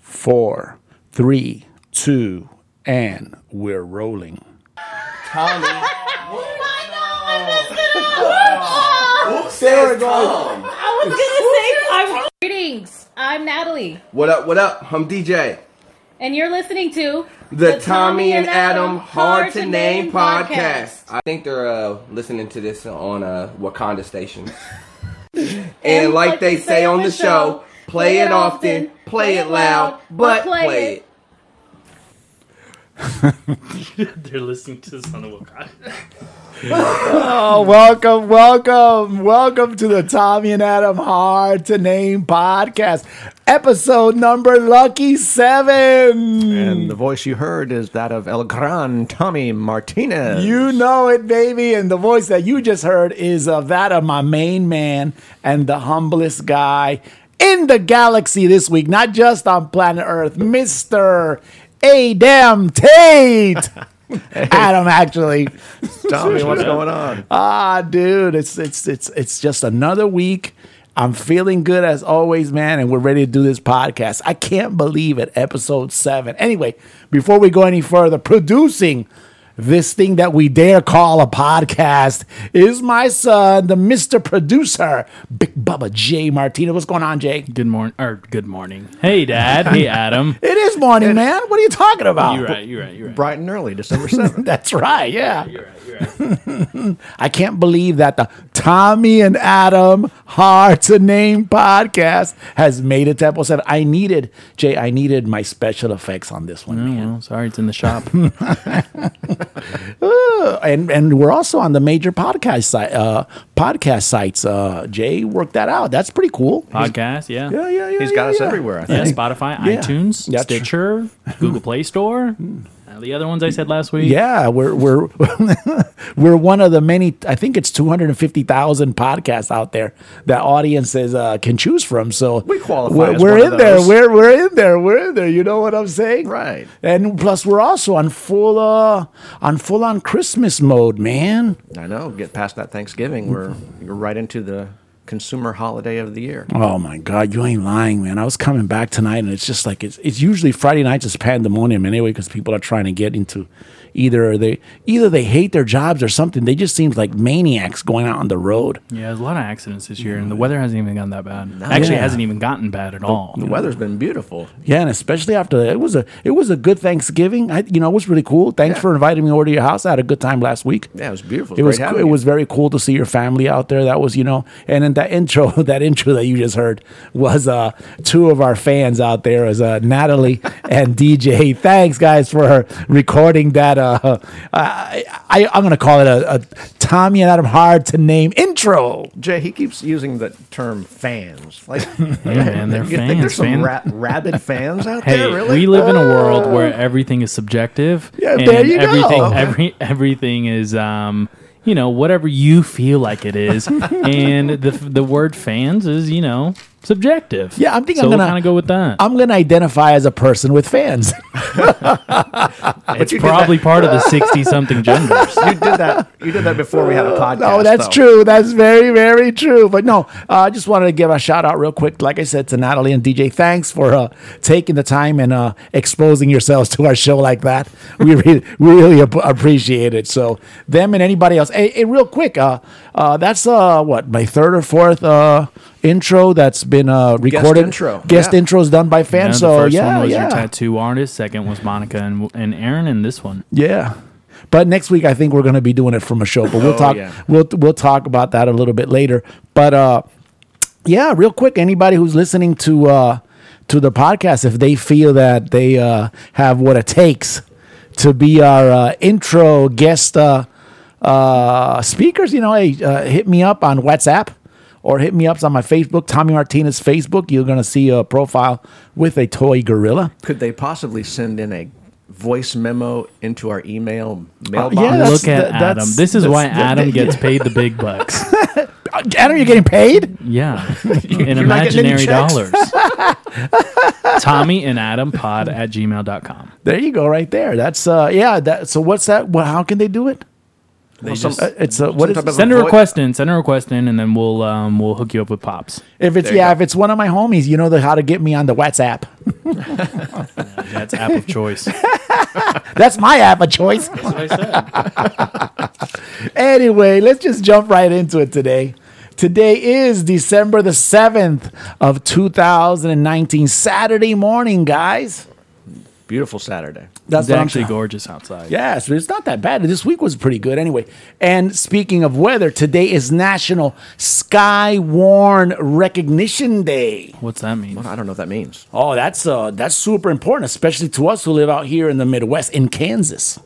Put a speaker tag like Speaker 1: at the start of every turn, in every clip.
Speaker 1: four, three, two, and we're rolling.
Speaker 2: Tommy.
Speaker 3: I
Speaker 2: Sarah Gold.
Speaker 3: was gonna say I'm greetings. I'm Natalie,
Speaker 2: What up, what up? I'm DJ.
Speaker 3: and you're listening to
Speaker 2: The, Tommy, and Adam Hard to Name podcast. I think they're uh, listening to this on uh, Wakanda Station. and like they say on the show, play it often, play it loud, but play it.
Speaker 4: They're listening to this on the Wakanda.
Speaker 1: Oh, welcome, welcome, welcome to the Tommy and Adam Hard to Name podcast, episode number lucky seven.
Speaker 5: And the voice you heard is that of El Gran Tommy Martinez.
Speaker 1: You know it, baby. And the voice that you just heard is of that of my main man and the humblest guy in the galaxy this week, not just on planet Earth, Mr. Adam Tate. Adam, actually.
Speaker 5: Tommy, what's going on?
Speaker 1: Ah, dude, it's it's it's it's just another week. I'm feeling good as always, man, and we're ready to do this podcast. I can't believe it, episode seven. Anyway, before we go any further, producing this thing that we dare call a podcast is my son, the Mr. Producer, Big Bubba J. Martina. What's going on, Jay?
Speaker 4: Good morning, or good morning. Hey, Dad. Hey, Adam.
Speaker 1: It is morning, man. What are you talking about?
Speaker 4: You're right. You're right. You're right.
Speaker 5: Bright and early, December 7th.
Speaker 1: That's right, yeah.
Speaker 4: You're right. You're right.
Speaker 1: I can't believe that the Tommy and Adam Hard to Name podcast has made it to episode seven. I needed, Jay, I needed my special effects on this one.
Speaker 5: Mm.
Speaker 1: man.
Speaker 4: Well, sorry, it's in the shop.
Speaker 1: Uh, And and we're also on the major podcast site uh podcast sites. Uh Jay worked that out. That's pretty cool.
Speaker 4: Podcast. Yeah.
Speaker 1: Yeah, yeah, yeah.
Speaker 5: He's
Speaker 1: yeah,
Speaker 5: got us
Speaker 1: yeah.
Speaker 5: everywhere, I
Speaker 4: Yeah,
Speaker 5: think.
Speaker 4: Spotify,
Speaker 1: Yeah.
Speaker 4: iTunes,
Speaker 1: Yeah, true.
Speaker 4: Stitcher, Google Play Store. Uh, the other ones I said last week.
Speaker 1: Yeah, we're we're we're one of the many. I think it's two hundred and fifty thousand podcasts out there that audiences uh, can choose from. So
Speaker 5: We qualify
Speaker 1: We're,
Speaker 5: as
Speaker 1: we're
Speaker 5: one
Speaker 1: in
Speaker 5: of
Speaker 1: there.
Speaker 5: those.
Speaker 1: We're we're in there. We're in there. You know what I'm saying,
Speaker 5: Right.
Speaker 1: And plus, we're also on full uh, on full on Christmas mode, man.
Speaker 5: I know. Get past that Thanksgiving. We're you're right into the consumer holiday of the year.
Speaker 1: Oh my God, you ain't lying, man. I was coming back tonight, and it's just like it's it's usually Friday nights is pandemonium anyway because people are trying to get into either they either they hate their jobs or something. They just seem like maniacs going out on the road.
Speaker 4: Yeah, there's a lot of accidents this year, and the weather hasn't even gotten that bad. Actually,
Speaker 1: Yeah.
Speaker 4: it hasn't even gotten bad at all.
Speaker 5: The weather's been beautiful.
Speaker 1: Yeah, and especially after that, it was a it was a good Thanksgiving. I, you know, it was really cool. Thanks for inviting me over to your house. I had a good time last week.
Speaker 5: Yeah, it was beautiful.
Speaker 1: It was
Speaker 5: Great
Speaker 1: co-
Speaker 5: having
Speaker 1: it
Speaker 5: you.
Speaker 1: was very cool to see your family out there. That was you know, and then that intro that intro that you just heard was uh two of our fans out there as uh Natalie and DJ. Thanks guys for recording that. Uh, I, I I'm gonna call it a, a Tommy and Adam hard to name intro.
Speaker 5: Jay, he keeps using the term fans. Like,
Speaker 4: man, they're
Speaker 5: you think there's
Speaker 4: fans, man.
Speaker 5: some ra- rabid fans out
Speaker 4: Hey,
Speaker 5: there, really?
Speaker 4: we live in a world where everything is subjective.
Speaker 1: Oh. Yeah, there you go.
Speaker 4: everything, Every everything is, um, you know, whatever you feel like it is, and the the word fans is, you know, subjective.
Speaker 1: Yeah, I'm thinking
Speaker 4: so
Speaker 1: I'm gonna-
Speaker 4: kind of go with that.
Speaker 1: I'm gonna identify as a person with fans.
Speaker 4: it's
Speaker 5: you did
Speaker 4: probably part of the sixty something genders.
Speaker 5: you did that. You did that before we had a podcast.
Speaker 1: No, that's
Speaker 5: though.
Speaker 1: true. That's very, very true. But no, uh, I just wanted to give a shout out real quick. Like I said to Natalie and DJ, thanks for uh, taking the time and uh, exposing yourselves to our show like that. We really, we really ap- appreciate it. So them and anybody else. Hey, hey, real quick, uh, uh, that's uh, what my third or fourth uh, intro that's been uh, recorded.
Speaker 5: intro,
Speaker 1: guest
Speaker 5: yeah.
Speaker 1: intros done by
Speaker 4: You know,
Speaker 1: fans.
Speaker 4: the
Speaker 1: so
Speaker 4: first
Speaker 1: yeah,
Speaker 4: one was
Speaker 1: yeah.
Speaker 4: your tattoo artist. Second was Monica and and Aaron, and this one.
Speaker 1: Yeah. But next week I think we're going to be doing it from a show, but we'll
Speaker 5: Oh,
Speaker 1: talk
Speaker 5: yeah.
Speaker 1: we'll we'll talk about that a little bit later. But uh yeah, real quick anybody who's listening to uh to the podcast if they feel that they uh have what it takes to be our uh, intro guest uh uh speakers, you know, hey, uh, hit me up on WhatsApp or hit me up on my Facebook, Tommy Martinez Facebook. You're going to see a profile with a toy gorilla.
Speaker 5: Could they possibly send in a voice memo into our email mailbox?
Speaker 1: Uh, yeah, that's-
Speaker 4: Look at
Speaker 1: that-
Speaker 4: Adam.
Speaker 1: that's-
Speaker 4: This is
Speaker 1: that's-
Speaker 4: why
Speaker 1: that-
Speaker 4: Adam gets paid the big bucks.
Speaker 1: Uh, Adam, you're getting paid?
Speaker 4: Yeah. In
Speaker 5: not getting any
Speaker 4: imaginary
Speaker 5: checks.
Speaker 4: dollars. Tommy and Adam pod at gmail.com.
Speaker 1: There you go, right there. That's uh, yeah. That so what's that? Well, how can they do it?
Speaker 5: Well, some-
Speaker 1: Uh, It's uh, what is
Speaker 5: type of-
Speaker 4: Send a
Speaker 5: Voi-
Speaker 4: request in, send a request in, and then we'll um, we'll hook you up with pops.
Speaker 1: if it's
Speaker 5: There you
Speaker 1: yeah
Speaker 5: go.
Speaker 1: if it's one of my homies, you know the, how to get me on the WhatsApp.
Speaker 4: That's app of choice. That's
Speaker 1: That's my app of choice.
Speaker 4: what I said.
Speaker 1: anyway, let's just jump right into it today. Today is December the 7th of 2019, Saturday morning, guys.
Speaker 5: Beautiful Saturday.
Speaker 1: That's
Speaker 4: It's
Speaker 1: what I'm
Speaker 4: actually
Speaker 1: saying.
Speaker 4: gorgeous outside.
Speaker 1: Yes, but it's not that bad. This week was pretty good anyway. And speaking of weather, today is National Sky Warn Recognition Day.
Speaker 4: What's that mean?
Speaker 5: I don't know what that means.
Speaker 1: Oh, that's uh, that's super important, especially to us who live out here in the Midwest in Kansas.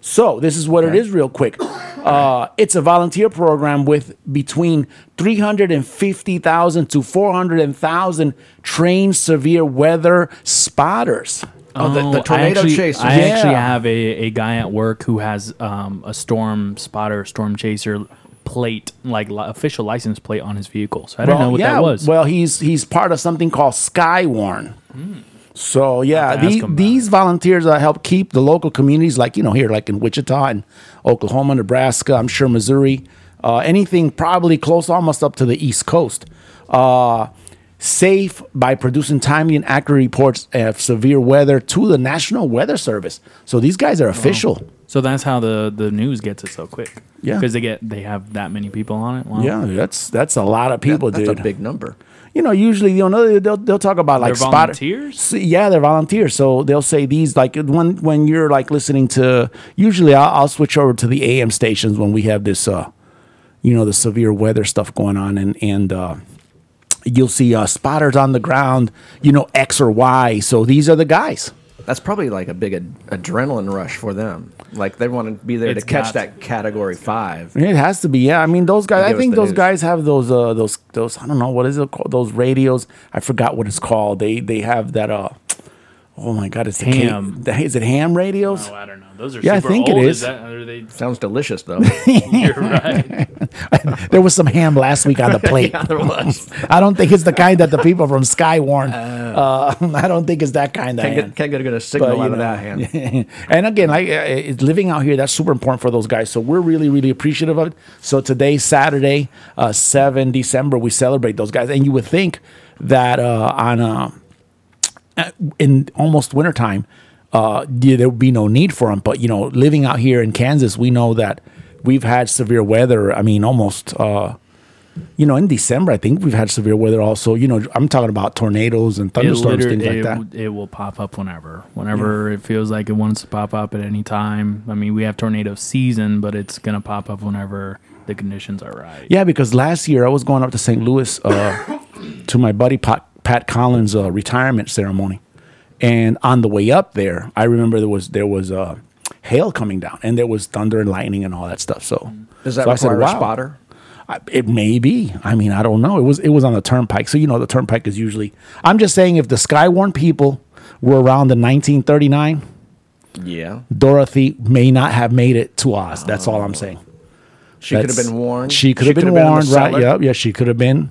Speaker 1: So this is what it is, real quick. Uh, it's a volunteer program with between three hundred and fifty thousand to four hundred thousand trained severe weather spotters.
Speaker 5: Oh, the,
Speaker 4: Oh,
Speaker 5: the
Speaker 4: I
Speaker 5: tornado
Speaker 4: actually,
Speaker 5: chasers.
Speaker 4: I
Speaker 1: Yeah.
Speaker 4: actually have a, a guy at work who has um, a storm spotter, storm chaser plate, like li- official license plate on his vehicle. So I don't know what that was.
Speaker 1: Well, he's he's part of something called Skywarn. So yeah,
Speaker 4: Have to ask
Speaker 1: the,
Speaker 4: him about
Speaker 1: these volunteers uh, help keep the local communities, like you know here, like in Wichita and Oklahoma, Nebraska, I'm sure Missouri, uh, anything probably close, almost up to the East Coast, uh, safe by producing timely and accurate reports of severe weather to the National Weather Service. So these guys are official.
Speaker 4: so that's how the, the news gets it so quick.
Speaker 1: Yeah.
Speaker 4: because they get they have that many people on it. Wow.
Speaker 1: Yeah, that's that's a lot of people,
Speaker 5: That's
Speaker 1: dude.
Speaker 5: a big number.
Speaker 1: you know, usually you know they'll they'll talk about like
Speaker 4: They're
Speaker 1: spotter-
Speaker 4: volunteers?
Speaker 1: S- yeah, they're volunteers. So they'll say these like when when you're like listening to. Usually, I'll, I'll switch over to the AM stations when we have this, uh, you know, the severe weather stuff going on, and and uh, you'll see uh, spotters on the ground, you know, X or Y. So these are the guys.
Speaker 5: That's probably like a big ad- adrenaline rush for them. Like they want to be there
Speaker 4: It's
Speaker 5: to catch
Speaker 4: got-
Speaker 5: that category five.
Speaker 1: It has to be, yeah. I mean, those guys.
Speaker 5: Give
Speaker 1: I
Speaker 5: us
Speaker 1: think
Speaker 5: the
Speaker 1: those
Speaker 5: news.
Speaker 1: guys have those, uh, those, those. I don't know what is it called. Those radios. I forgot what it's called. They, they have that. Uh, oh my God, it's the K-
Speaker 4: Ham.
Speaker 1: the- is it ham radios?
Speaker 4: Oh, I don't know. Those are
Speaker 1: Yeah, I
Speaker 4: super
Speaker 1: think it
Speaker 4: old.
Speaker 1: is.
Speaker 4: that, are they,
Speaker 5: Sounds delicious though.
Speaker 4: you're right.
Speaker 1: There was some ham last week on the plate.
Speaker 5: there was.
Speaker 1: I don't think it's the kind that the people from Skywarn. Uh, I don't think it's that kind of
Speaker 5: Can't
Speaker 1: ham.
Speaker 5: get, can't get a good signal
Speaker 1: you
Speaker 5: out
Speaker 1: know,
Speaker 5: of that hand.
Speaker 1: and again, like uh, it's living out here, that's super important for those guys. So we're really, really appreciative of it. So today, Saturday, uh, seven December, we celebrate those guys. And you would think that uh, on uh, at- in almost wintertime, uh, yeah, there would be no need for them. But you know, living out here in Kansas, we know that we've had severe weather. I mean, almost. Uh, you know, in December, I think we've had severe weather. Also, you know, I'm talking about tornadoes and
Speaker 4: It,
Speaker 1: thunderstorms,
Speaker 4: literally,
Speaker 1: things like
Speaker 4: it,
Speaker 1: that.
Speaker 4: w- it will pop up whenever, whenever it feels like it wants to pop up at any time. I mean, we have tornado season, but it's gonna pop up whenever the conditions are right.
Speaker 1: Yeah, because last year I was going up to St. Louis uh, to my buddy Pat, Pat Collins' uh, retirement ceremony, and on the way up there, I remember there was there was uh, hail coming down, and there was thunder and lightning and all that stuff. So
Speaker 5: Does that
Speaker 1: so I said,
Speaker 5: require
Speaker 1: "Wow."
Speaker 5: a spotter?
Speaker 1: I- It may be. I mean, I don't know. It was it was on the turnpike, so you know the turnpike is usually. I'm just saying, if the Skywarn people were around in 1939,
Speaker 5: Yeah.
Speaker 1: Dorothy may not have made it to Oz. That's all I'm saying.
Speaker 5: She could have
Speaker 1: That's-
Speaker 5: been warned.
Speaker 1: She could have been
Speaker 5: coulda in the
Speaker 1: warned, right?
Speaker 5: cellar.
Speaker 1: Yep. Yeah, she could have been.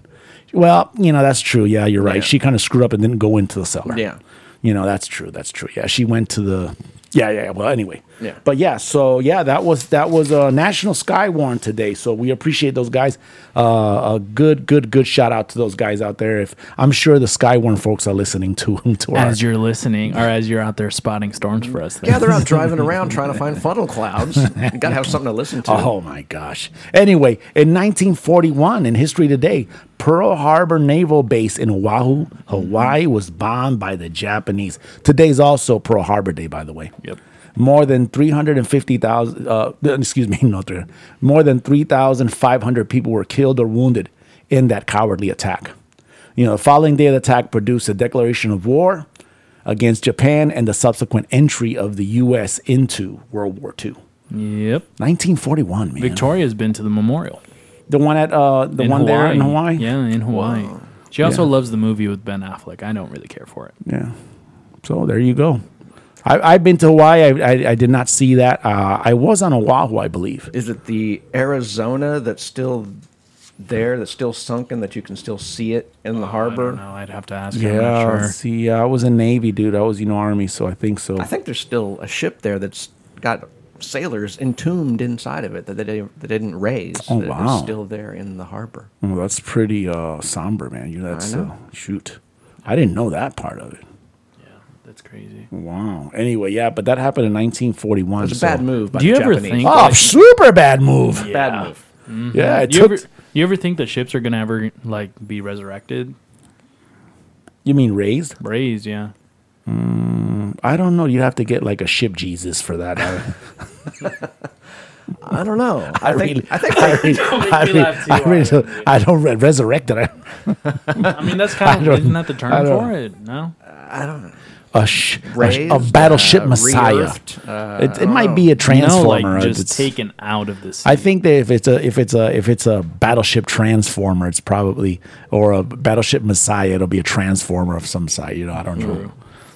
Speaker 1: Well, you know, that's true. Yeah, you're right.
Speaker 5: Yeah.
Speaker 1: She kind of screwed up and didn't go into the cellar.
Speaker 5: Yeah.
Speaker 1: You know, that's true. That's true. Yeah, she went to the. Yeah, yeah. yeah. Well, anyway.
Speaker 5: Yeah.
Speaker 1: But yeah, so yeah, that was that was a uh, National Sky Warn today. So we appreciate those guys. Uh, a good, good, good shout out to those guys out there. If I'm sure the Sky Warn folks are listening to to our.
Speaker 4: As you're listening, or as you're out there spotting storms for us,
Speaker 5: Yeah, they're out driving around trying to find funnel clouds. You got to have something to listen to.
Speaker 1: Oh my gosh. Anyway, in 1941, in history today, Pearl Harbor Naval Base in Oahu, Hawaii was bombed by the Japanese. Today's also Pearl Harbor Day, by the way.
Speaker 4: Yep.
Speaker 1: More than 350,000, uh, excuse me, not 300, more than 3,500 people were killed or wounded in that cowardly attack. You know, the following day of the attack produced a declaration of war against Japan and the subsequent entry of the U.S. into World War II.
Speaker 4: Yep.
Speaker 1: 1941, man.
Speaker 4: Victoria's been to the memorial.
Speaker 1: The one at uh the one there in Hawaii.
Speaker 4: Yeah, in Hawaii. She also loves the movie with Ben Affleck. I don't really care for it.
Speaker 1: Yeah. So there you go. I, I've been to Hawaii. I, I, I did not see that. Uh, I was on Oahu, I believe.
Speaker 5: Is it the Arizona that's still there, that's still sunken, that you can still see it in the
Speaker 4: I don't
Speaker 5: harbor?
Speaker 4: know. I'd have to ask. her. I'm
Speaker 1: Yeah.
Speaker 4: not sure.
Speaker 1: let's See, uh, I was in Navy, dude. I was you know Army, so I think so.
Speaker 5: I think there's still a ship there that's got sailors entombed inside of it that they, didn't- that they didn't raise.
Speaker 1: Oh,
Speaker 5: that is
Speaker 1: wow.
Speaker 5: still there in the harbor.
Speaker 1: Well, Oh, that's pretty uh, somber, man. You that's
Speaker 5: I know.
Speaker 1: Uh, shoot. I didn't know that part of it.
Speaker 4: That's crazy.
Speaker 1: Wow. Anyway, yeah, but that happened in 1941.
Speaker 5: It's a bad
Speaker 1: so-
Speaker 5: move by
Speaker 4: Do you
Speaker 5: the
Speaker 4: ever
Speaker 5: Japanese.
Speaker 4: think-
Speaker 1: Oh,
Speaker 4: Like- Mm-hmm.
Speaker 1: super bad move. Yeah,
Speaker 5: Bad move.
Speaker 1: it
Speaker 4: You
Speaker 1: took.
Speaker 4: ever, you ever think that ships are gonna ever like be resurrected,
Speaker 1: you mean raised?
Speaker 4: raised? Yeah.
Speaker 1: I don't know. You'd have to get like a ship Jesus for that. I,
Speaker 5: I don't know. I, think
Speaker 1: really-
Speaker 5: I think
Speaker 1: I mean,
Speaker 4: make
Speaker 1: I
Speaker 4: me
Speaker 1: mean,
Speaker 4: laugh
Speaker 1: I,
Speaker 4: too
Speaker 1: mean, I don't re- resurrected. I,
Speaker 4: I mean, that's kind
Speaker 1: don't-
Speaker 4: of isn't that the term
Speaker 1: I don't-
Speaker 4: for it? No.
Speaker 1: a, sh- a sh-
Speaker 5: raised,
Speaker 1: a, battleship
Speaker 5: uh,
Speaker 1: messiah.
Speaker 5: re-earthed, uh,
Speaker 1: it it might be a
Speaker 4: No,
Speaker 1: transformer.
Speaker 4: like just
Speaker 1: It's-
Speaker 4: taken out of the sea.
Speaker 1: I think that if it's a if it's a if it's a battleship transformer, it's probably or a battleship messiah. It'll be a transformer of some sort. You know, I don't know.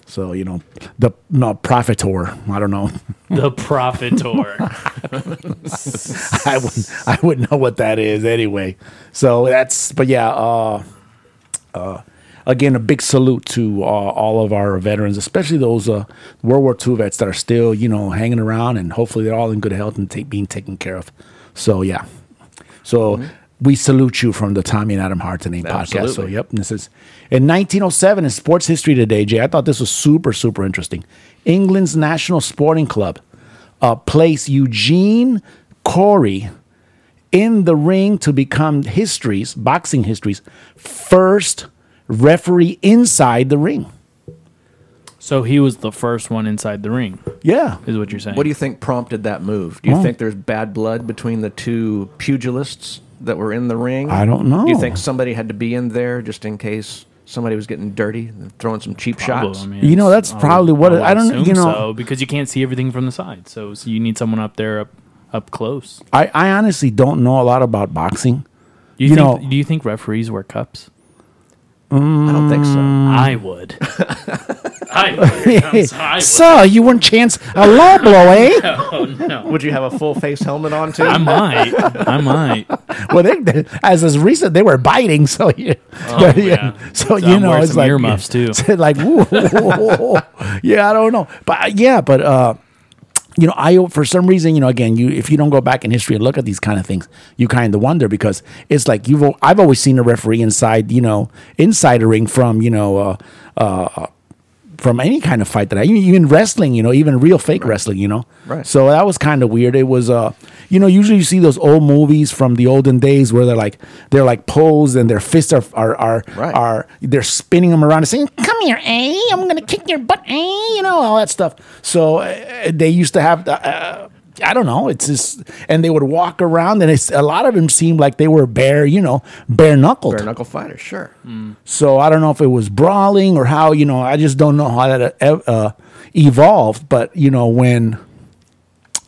Speaker 1: So you know, the no profitor. I don't know.
Speaker 4: the profitor.
Speaker 1: I wouldn't I wouldn't know what that is anyway. So that's but yeah. Uh, uh, again, a big salute to uh, all of our veterans, especially those uh, World War II vets that are still you know hanging around, and hopefully they're all in good health and take, being taken care of. So yeah. So we salute you from the Tommy and Adam Hart to Name podcast. So
Speaker 5: Absolutely.
Speaker 1: yep, this is in 1907 in sports history today. Jay, I thought this was super super interesting. England's national sporting club uh, placed Eugene Corey in the ring to become history's boxing history's first referee inside the ring.
Speaker 4: so he was the first one inside the ring,
Speaker 1: Yeah.
Speaker 4: is what you're saying.
Speaker 5: What do you think prompted that move? Do you
Speaker 1: Well-
Speaker 5: think there's bad blood between the two pugilists that were in the ring?
Speaker 1: I don't know.
Speaker 5: Do you think somebody had to be in there just in case somebody was getting dirty, and throwing some cheap
Speaker 4: Probably,
Speaker 5: shots?
Speaker 4: I mean,
Speaker 1: You know,
Speaker 4: it's-
Speaker 1: that's probably what
Speaker 4: would
Speaker 1: it- I don't-
Speaker 4: assume
Speaker 1: you know-
Speaker 4: so, because you can't see everything from the side, so, so you need someone up there, up up close.
Speaker 1: I, I honestly don't know a lot about boxing.
Speaker 4: You,
Speaker 1: You
Speaker 4: think,
Speaker 1: know-
Speaker 4: do you think referees wear cups?
Speaker 5: I don't think so.
Speaker 1: Mm.
Speaker 4: I would. I would. I would.
Speaker 1: Sir, you wouldn't chance a low blow, eh?
Speaker 5: Would you have a full face helmet on too?
Speaker 4: I might. I might.
Speaker 1: well, they, they- as as recent, they were biting, so you, but,
Speaker 4: Oh, yeah.
Speaker 1: so
Speaker 4: So
Speaker 1: you
Speaker 4: I'm
Speaker 1: know,
Speaker 4: wearing
Speaker 1: it's
Speaker 4: some
Speaker 1: like
Speaker 4: earmuffs, too.
Speaker 1: it's like, whoa, yeah, I don't know, but uh, yeah, but uh, you know, I for some reason, you know, again, you if you don't go back in history and look at these kind of things, you kind of wonder because it's like you've al- I've always seen a referee inside, you know, inside a ring from you know. Uh, uh, from any kind of fight that I even- even wrestling, you know, even real fake wrestling, you know.
Speaker 5: Right.
Speaker 1: So that was kind of weird. It was uh you know, usually you see those old movies from the olden days where they're like they're like posed and their fists are are are,
Speaker 5: Right.
Speaker 1: are they're spinning them around and saying, "Come here, eh? I'm going to kick your butt, eh?" You know, all that stuff. So uh, they used to have uh, I don't know. It's just, and they would walk around, and it's a lot of them seemed like they were bare, you know, bare knuckled.
Speaker 5: Bare knuckle fighter, sure.
Speaker 1: So I don't know if it was brawling or how, you know, I just don't know how that uh, uh, evolved. But, you know, when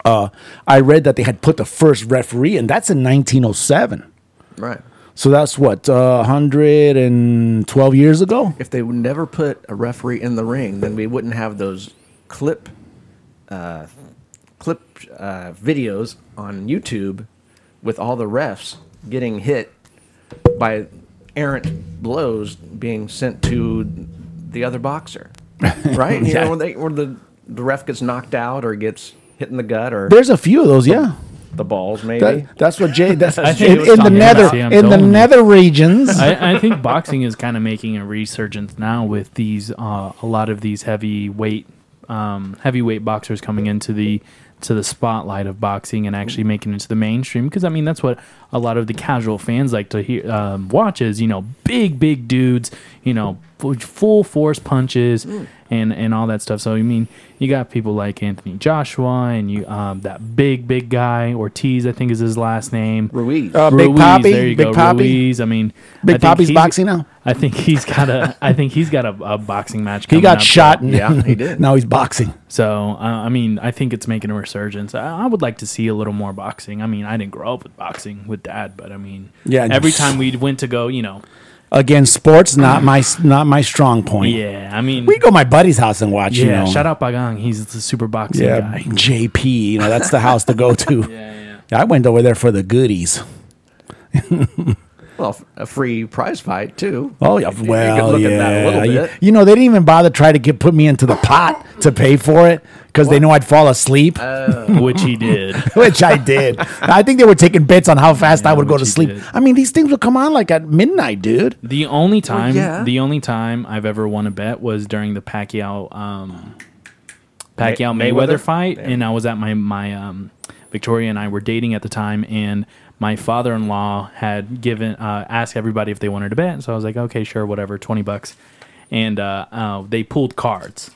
Speaker 1: uh, I read that they had put the first referee, and that's in 1907.
Speaker 5: Right.
Speaker 1: So that's what, uh, 112 years ago?
Speaker 5: If they would never put a referee in the ring, then we wouldn't have those clip, uh, clip uh, videos on YouTube with all the refs getting hit by errant blows being sent to the other boxer. Right? You
Speaker 1: Yeah.
Speaker 5: know, when, they, when the, the ref gets knocked out or gets hit in the gut or
Speaker 1: There's a few of those, yeah.
Speaker 5: the balls, maybe.
Speaker 1: That, that's what Jay, that's
Speaker 4: I think
Speaker 1: in,
Speaker 4: it was
Speaker 1: in the
Speaker 4: talking
Speaker 1: nether,
Speaker 4: about- Yeah, I'm
Speaker 1: in the
Speaker 4: telling you.
Speaker 1: nether regions.
Speaker 4: I, I think boxing is kind of making a resurgence now with these uh, a lot of these heavyweight um, heavyweight boxers coming into the to the spotlight of boxing and actually making it to the mainstream because I mean that's what a lot of the casual fans like to hear um, watch is you know big big dudes you know fu- full force punches and and all that stuff so I mean you got people like Anthony Joshua and you um, that big big guy Ortiz I think is his last name
Speaker 5: Ruiz.
Speaker 1: Uh, Big
Speaker 4: Ruiz,
Speaker 1: Poppy,
Speaker 4: There you
Speaker 1: Big
Speaker 4: go.
Speaker 1: Poppy.
Speaker 4: Ruiz. I mean,
Speaker 1: Big
Speaker 4: I think
Speaker 1: Poppy's
Speaker 4: he's-
Speaker 1: boxing now?
Speaker 4: I think he's got a. I think he's got a, a boxing match.
Speaker 1: he
Speaker 4: coming
Speaker 1: got
Speaker 4: up,
Speaker 1: shot, and
Speaker 5: Yeah, he did.
Speaker 1: now he's boxing.
Speaker 4: So uh, I mean, I think it's making a resurgence. I, I would like to see a little more boxing. I mean, I didn't grow up with boxing with dad, but I mean,
Speaker 1: Yeah.
Speaker 4: Every time we went to go, you know,
Speaker 1: Again, sports, not my, not my strong point.
Speaker 4: yeah. I mean,
Speaker 1: We go to my buddy's house and watch,
Speaker 4: yeah.
Speaker 1: you know.
Speaker 4: Shout out Pagang. He's the super boxing
Speaker 1: Yeah,
Speaker 4: guy.
Speaker 1: JP. You know, that's the house to go to.
Speaker 4: Yeah, yeah.
Speaker 1: I went over there for the goodies.
Speaker 5: Well, f- a free prize fight too.
Speaker 1: Oh yeah,
Speaker 5: You- you could
Speaker 1: well,
Speaker 5: look
Speaker 1: yeah.
Speaker 5: at that a little
Speaker 1: You-
Speaker 5: bit.
Speaker 1: You know, they didn't even bother try to get put me into the pot to pay for it because they knew I'd fall asleep,
Speaker 4: which he did.
Speaker 1: which I did. I think they were taking bets on how fast I
Speaker 4: Yeah,
Speaker 1: would go
Speaker 4: which
Speaker 1: to
Speaker 4: you
Speaker 1: sleep.
Speaker 4: did.
Speaker 1: I mean, these things would come on like at midnight, dude.
Speaker 4: The only time,
Speaker 5: yeah.
Speaker 4: the only time I've ever won a bet was during the Pacquiao, um, Pacquiao
Speaker 5: May-
Speaker 4: Mayweather,
Speaker 5: Mayweather?
Speaker 4: fight, and I was at my my um, Victoria and I were dating at the time, and my father in law had given uh, asked everybody if they wanted to bet, and so I was like, okay, sure, whatever, twenty bucks, and uh, uh, they pulled cards,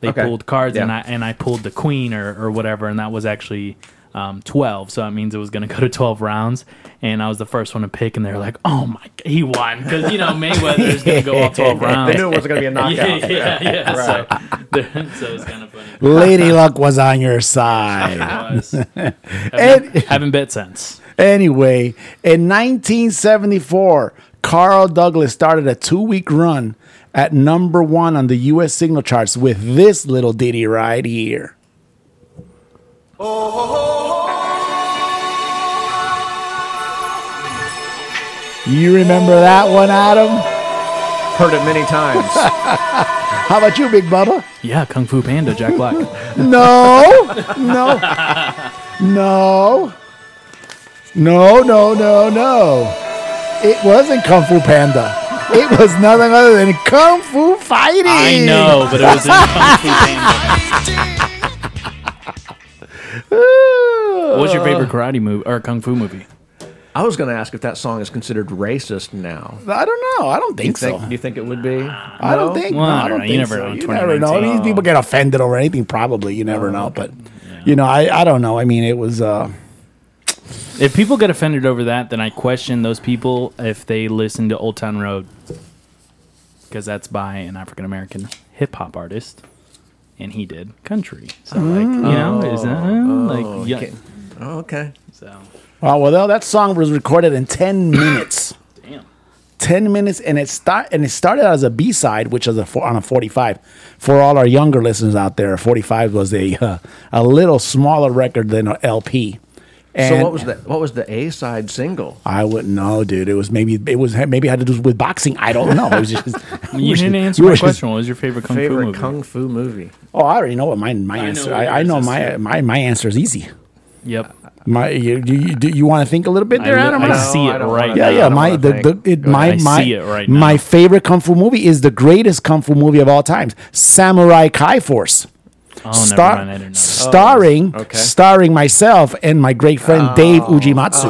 Speaker 4: they
Speaker 5: Okay.
Speaker 4: pulled cards, and
Speaker 5: Yeah.
Speaker 4: I and I pulled the queen or or whatever, and that was actually. Um, 12 so that means it was going to go to 12 rounds and i was the first one to pick and they're like oh my g- he won because you know mayweather is going to go all 12 rounds
Speaker 5: They knew it was going to be a knockout.
Speaker 4: yeah, yeah, yeah. So, so it's kind of funny.
Speaker 1: Lady Luck was on your side.
Speaker 4: It was.
Speaker 1: And-
Speaker 4: haven't, haven't bet since.
Speaker 1: Anyway, in 1974, Carl Douglas started a two week run at number one on the U.S. single charts with this little ditty right here. You remember that one, Adam?
Speaker 5: Heard it many times.
Speaker 1: How about you, Big Bubba?
Speaker 4: Yeah, Kung Fu Panda, Jack Black.
Speaker 1: No, no, no, no, no, no, no. It wasn't Kung Fu Panda. It was nothing other than Kung Fu Fighting.
Speaker 4: I know, but it was in Kung Fu Panda.
Speaker 1: Ooh.
Speaker 4: What's your favorite karate movie or Kung Fu movie?
Speaker 5: I was going to ask if that song is considered racist now.
Speaker 1: I don't know. I don't think so.
Speaker 5: Think, do you think it would be?
Speaker 1: I don't think.
Speaker 4: Well,
Speaker 1: no,
Speaker 4: I
Speaker 1: I don't
Speaker 4: don't know.
Speaker 1: think
Speaker 4: You never
Speaker 1: so.
Speaker 4: know.
Speaker 1: You never know.
Speaker 4: 2019.
Speaker 1: These people get offended over anything. Probably. You never know. But you know, I, I don't know. I mean, it was. Uh,
Speaker 4: If people get offended over that, then I question those people if they listen to Old Town Road, because that's by an African American hip hop artist, and he did country. So like, you know, is that like yeah?
Speaker 5: Okay. Oh, okay.
Speaker 4: So
Speaker 1: oh well, that song was recorded in ten minutes.
Speaker 4: damn.
Speaker 1: 10 minutes and it start and it started out as a b-side which is a four, on a 45 for all our younger listeners out there 45 was a uh, a little smaller record than an lp and
Speaker 5: so what was the what was the A side single?
Speaker 1: i wouldn't know dude it was maybe it was maybe it had to do with boxing i don't know it was just
Speaker 4: You didn't answer
Speaker 1: you
Speaker 4: my
Speaker 1: were just-
Speaker 4: question. What was your favorite Kung Fu
Speaker 5: Favorite
Speaker 4: movie?
Speaker 5: kung fu movie?
Speaker 1: oh i already know what my my
Speaker 4: know
Speaker 1: answer
Speaker 4: what
Speaker 1: i, I
Speaker 4: yours
Speaker 1: know
Speaker 4: is,
Speaker 1: my,
Speaker 4: too.
Speaker 1: my my answer is easy
Speaker 4: Yep. Oh,
Speaker 1: my you do you, do you want to think a little bit there
Speaker 4: li-
Speaker 1: adam
Speaker 4: I
Speaker 1: or not?
Speaker 4: see
Speaker 5: No,
Speaker 4: it
Speaker 5: I don't
Speaker 4: right
Speaker 5: wanna-
Speaker 1: Yeah, yeah.
Speaker 4: now.
Speaker 5: I don't
Speaker 1: My
Speaker 5: wanna
Speaker 1: the,
Speaker 5: think.
Speaker 1: the it,
Speaker 5: Go
Speaker 1: my
Speaker 4: ahead. I
Speaker 1: my
Speaker 4: see it right
Speaker 1: my
Speaker 4: now.
Speaker 1: favorite kung fu movie is the greatest kung fu movie of all times, Samurai Kai Force.
Speaker 4: Oh,
Speaker 1: Star-
Speaker 4: never mind. I didn't know. that.
Speaker 1: starring
Speaker 5: okay.
Speaker 1: starring myself and my great friend Dave
Speaker 4: Oh.
Speaker 1: Ujimatsu.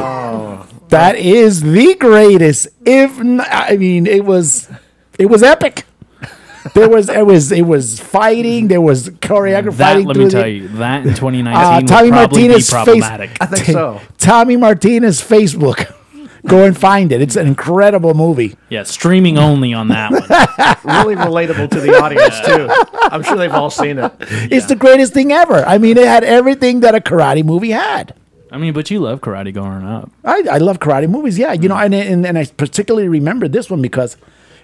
Speaker 1: That is the greatest. If n- I mean, it was it was epic. There was it was it was fighting. There was choreography.
Speaker 4: That
Speaker 1: fighting
Speaker 4: let
Speaker 1: through
Speaker 4: me
Speaker 1: the-
Speaker 4: tell you, that in 2019
Speaker 1: uh,
Speaker 4: would
Speaker 1: Tommy
Speaker 4: probably
Speaker 1: Martinez
Speaker 4: be
Speaker 1: face.
Speaker 4: problematic.
Speaker 5: I think so.
Speaker 1: Tommy Martinez Facebook. Go and find it. It's an incredible movie.
Speaker 4: yeah, streaming only on that one.
Speaker 5: Really relatable to the audience too. I'm sure they've all seen it.
Speaker 1: It's the greatest thing ever. I mean, it had everything that a karate movie had.
Speaker 4: I mean, but you love karate growing up.
Speaker 1: I, I love karate movies. Yeah, you know, and, and and I particularly remember this one because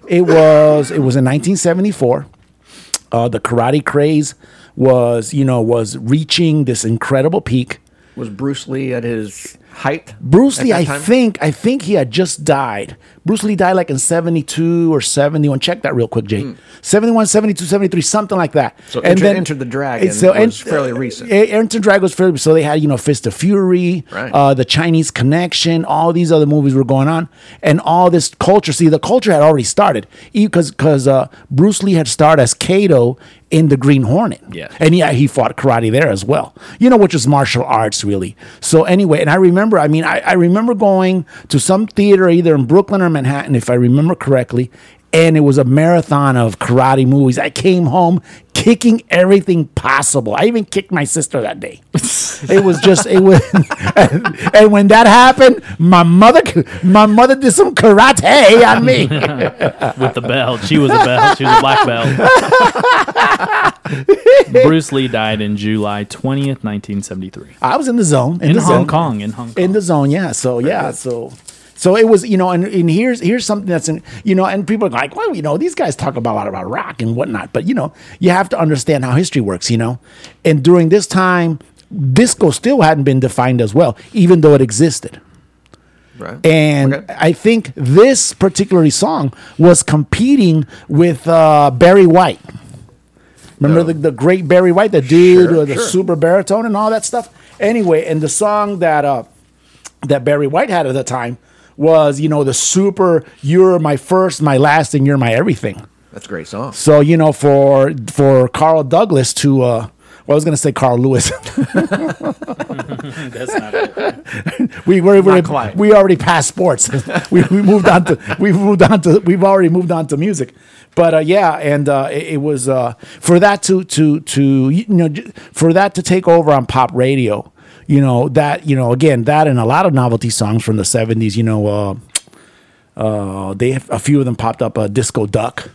Speaker 1: it was it was in 1974. Uh, the karate craze was you know was reaching this incredible peak.
Speaker 5: Was Bruce Lee at his height?
Speaker 1: Bruce
Speaker 5: at
Speaker 1: Lee,
Speaker 5: that
Speaker 1: I
Speaker 5: time?
Speaker 1: think, I think he had just died. Bruce Lee died like in 72 or 71. Check that real quick, Jake. 71, 72, 73, something like that.
Speaker 5: Hmm. So Enter- Enter the Dragon
Speaker 1: it's-
Speaker 5: was
Speaker 1: Ent-
Speaker 5: fairly recent.
Speaker 1: uh, Enter the Dragon was fairly So they had, you know, Fist of Fury,
Speaker 5: Right.
Speaker 1: uh, The Chinese Connection, all these other movies were going on. And all this culture, see, the culture had already started because because uh, Bruce Lee had starred as Kato in The Green Hornet.
Speaker 4: Yeah.
Speaker 1: And yeah, he fought karate there as well, you know, which is martial arts, really. So, anyway, and I remember, I mean, I, I remember going to some theater either in Brooklyn or Manhattan, if I remember correctly, and it was a marathon of karate movies. I came home kicking everything possible. I even kicked my sister that day. It was just it was, and, and when that happened, my mother, my mother did some karate on me.
Speaker 4: with the belt. She was a belt. She was a black belt. Bruce Lee died in July 20th, 1973.
Speaker 1: I was in the zone
Speaker 4: In
Speaker 1: the
Speaker 4: Hong
Speaker 1: zone.
Speaker 4: Kong. In Hong Kong.
Speaker 1: in the zone yeah so yeah so so it was you know and, and here's here's something that's in you know and people are like well you know these guys talk about a lot about rock and whatnot but you know you have to understand how history works you know and during this time disco still hadn't been defined as well even though it existed
Speaker 5: Right.
Speaker 1: And
Speaker 5: Okay.
Speaker 1: I think this particular song was competing with uh, Barry White. Remember the, the great Barry White, the dude
Speaker 5: Oh. Sure,
Speaker 1: with the
Speaker 5: sure.
Speaker 1: super baritone and all that stuff? Anyway, and the song that uh, that Barry White had at the time was, you know, the super you're my first, my last, and you're my everything.
Speaker 5: That's a great song.
Speaker 1: So, you know, for for Carl Douglas to uh well, I was gonna say Carl Lewis.
Speaker 4: That's not it.
Speaker 1: we were, we
Speaker 5: quite.
Speaker 1: we already passed sports. we, we moved on to we've moved on to we've already moved on to music. But uh, yeah, and uh, it, it was uh, for that to to to you know j- for that to take over on pop radio. You know that you know again that and a lot of novelty songs from the seventies. You know, uh, uh, they a few of them popped up. Uh, Disco Duck.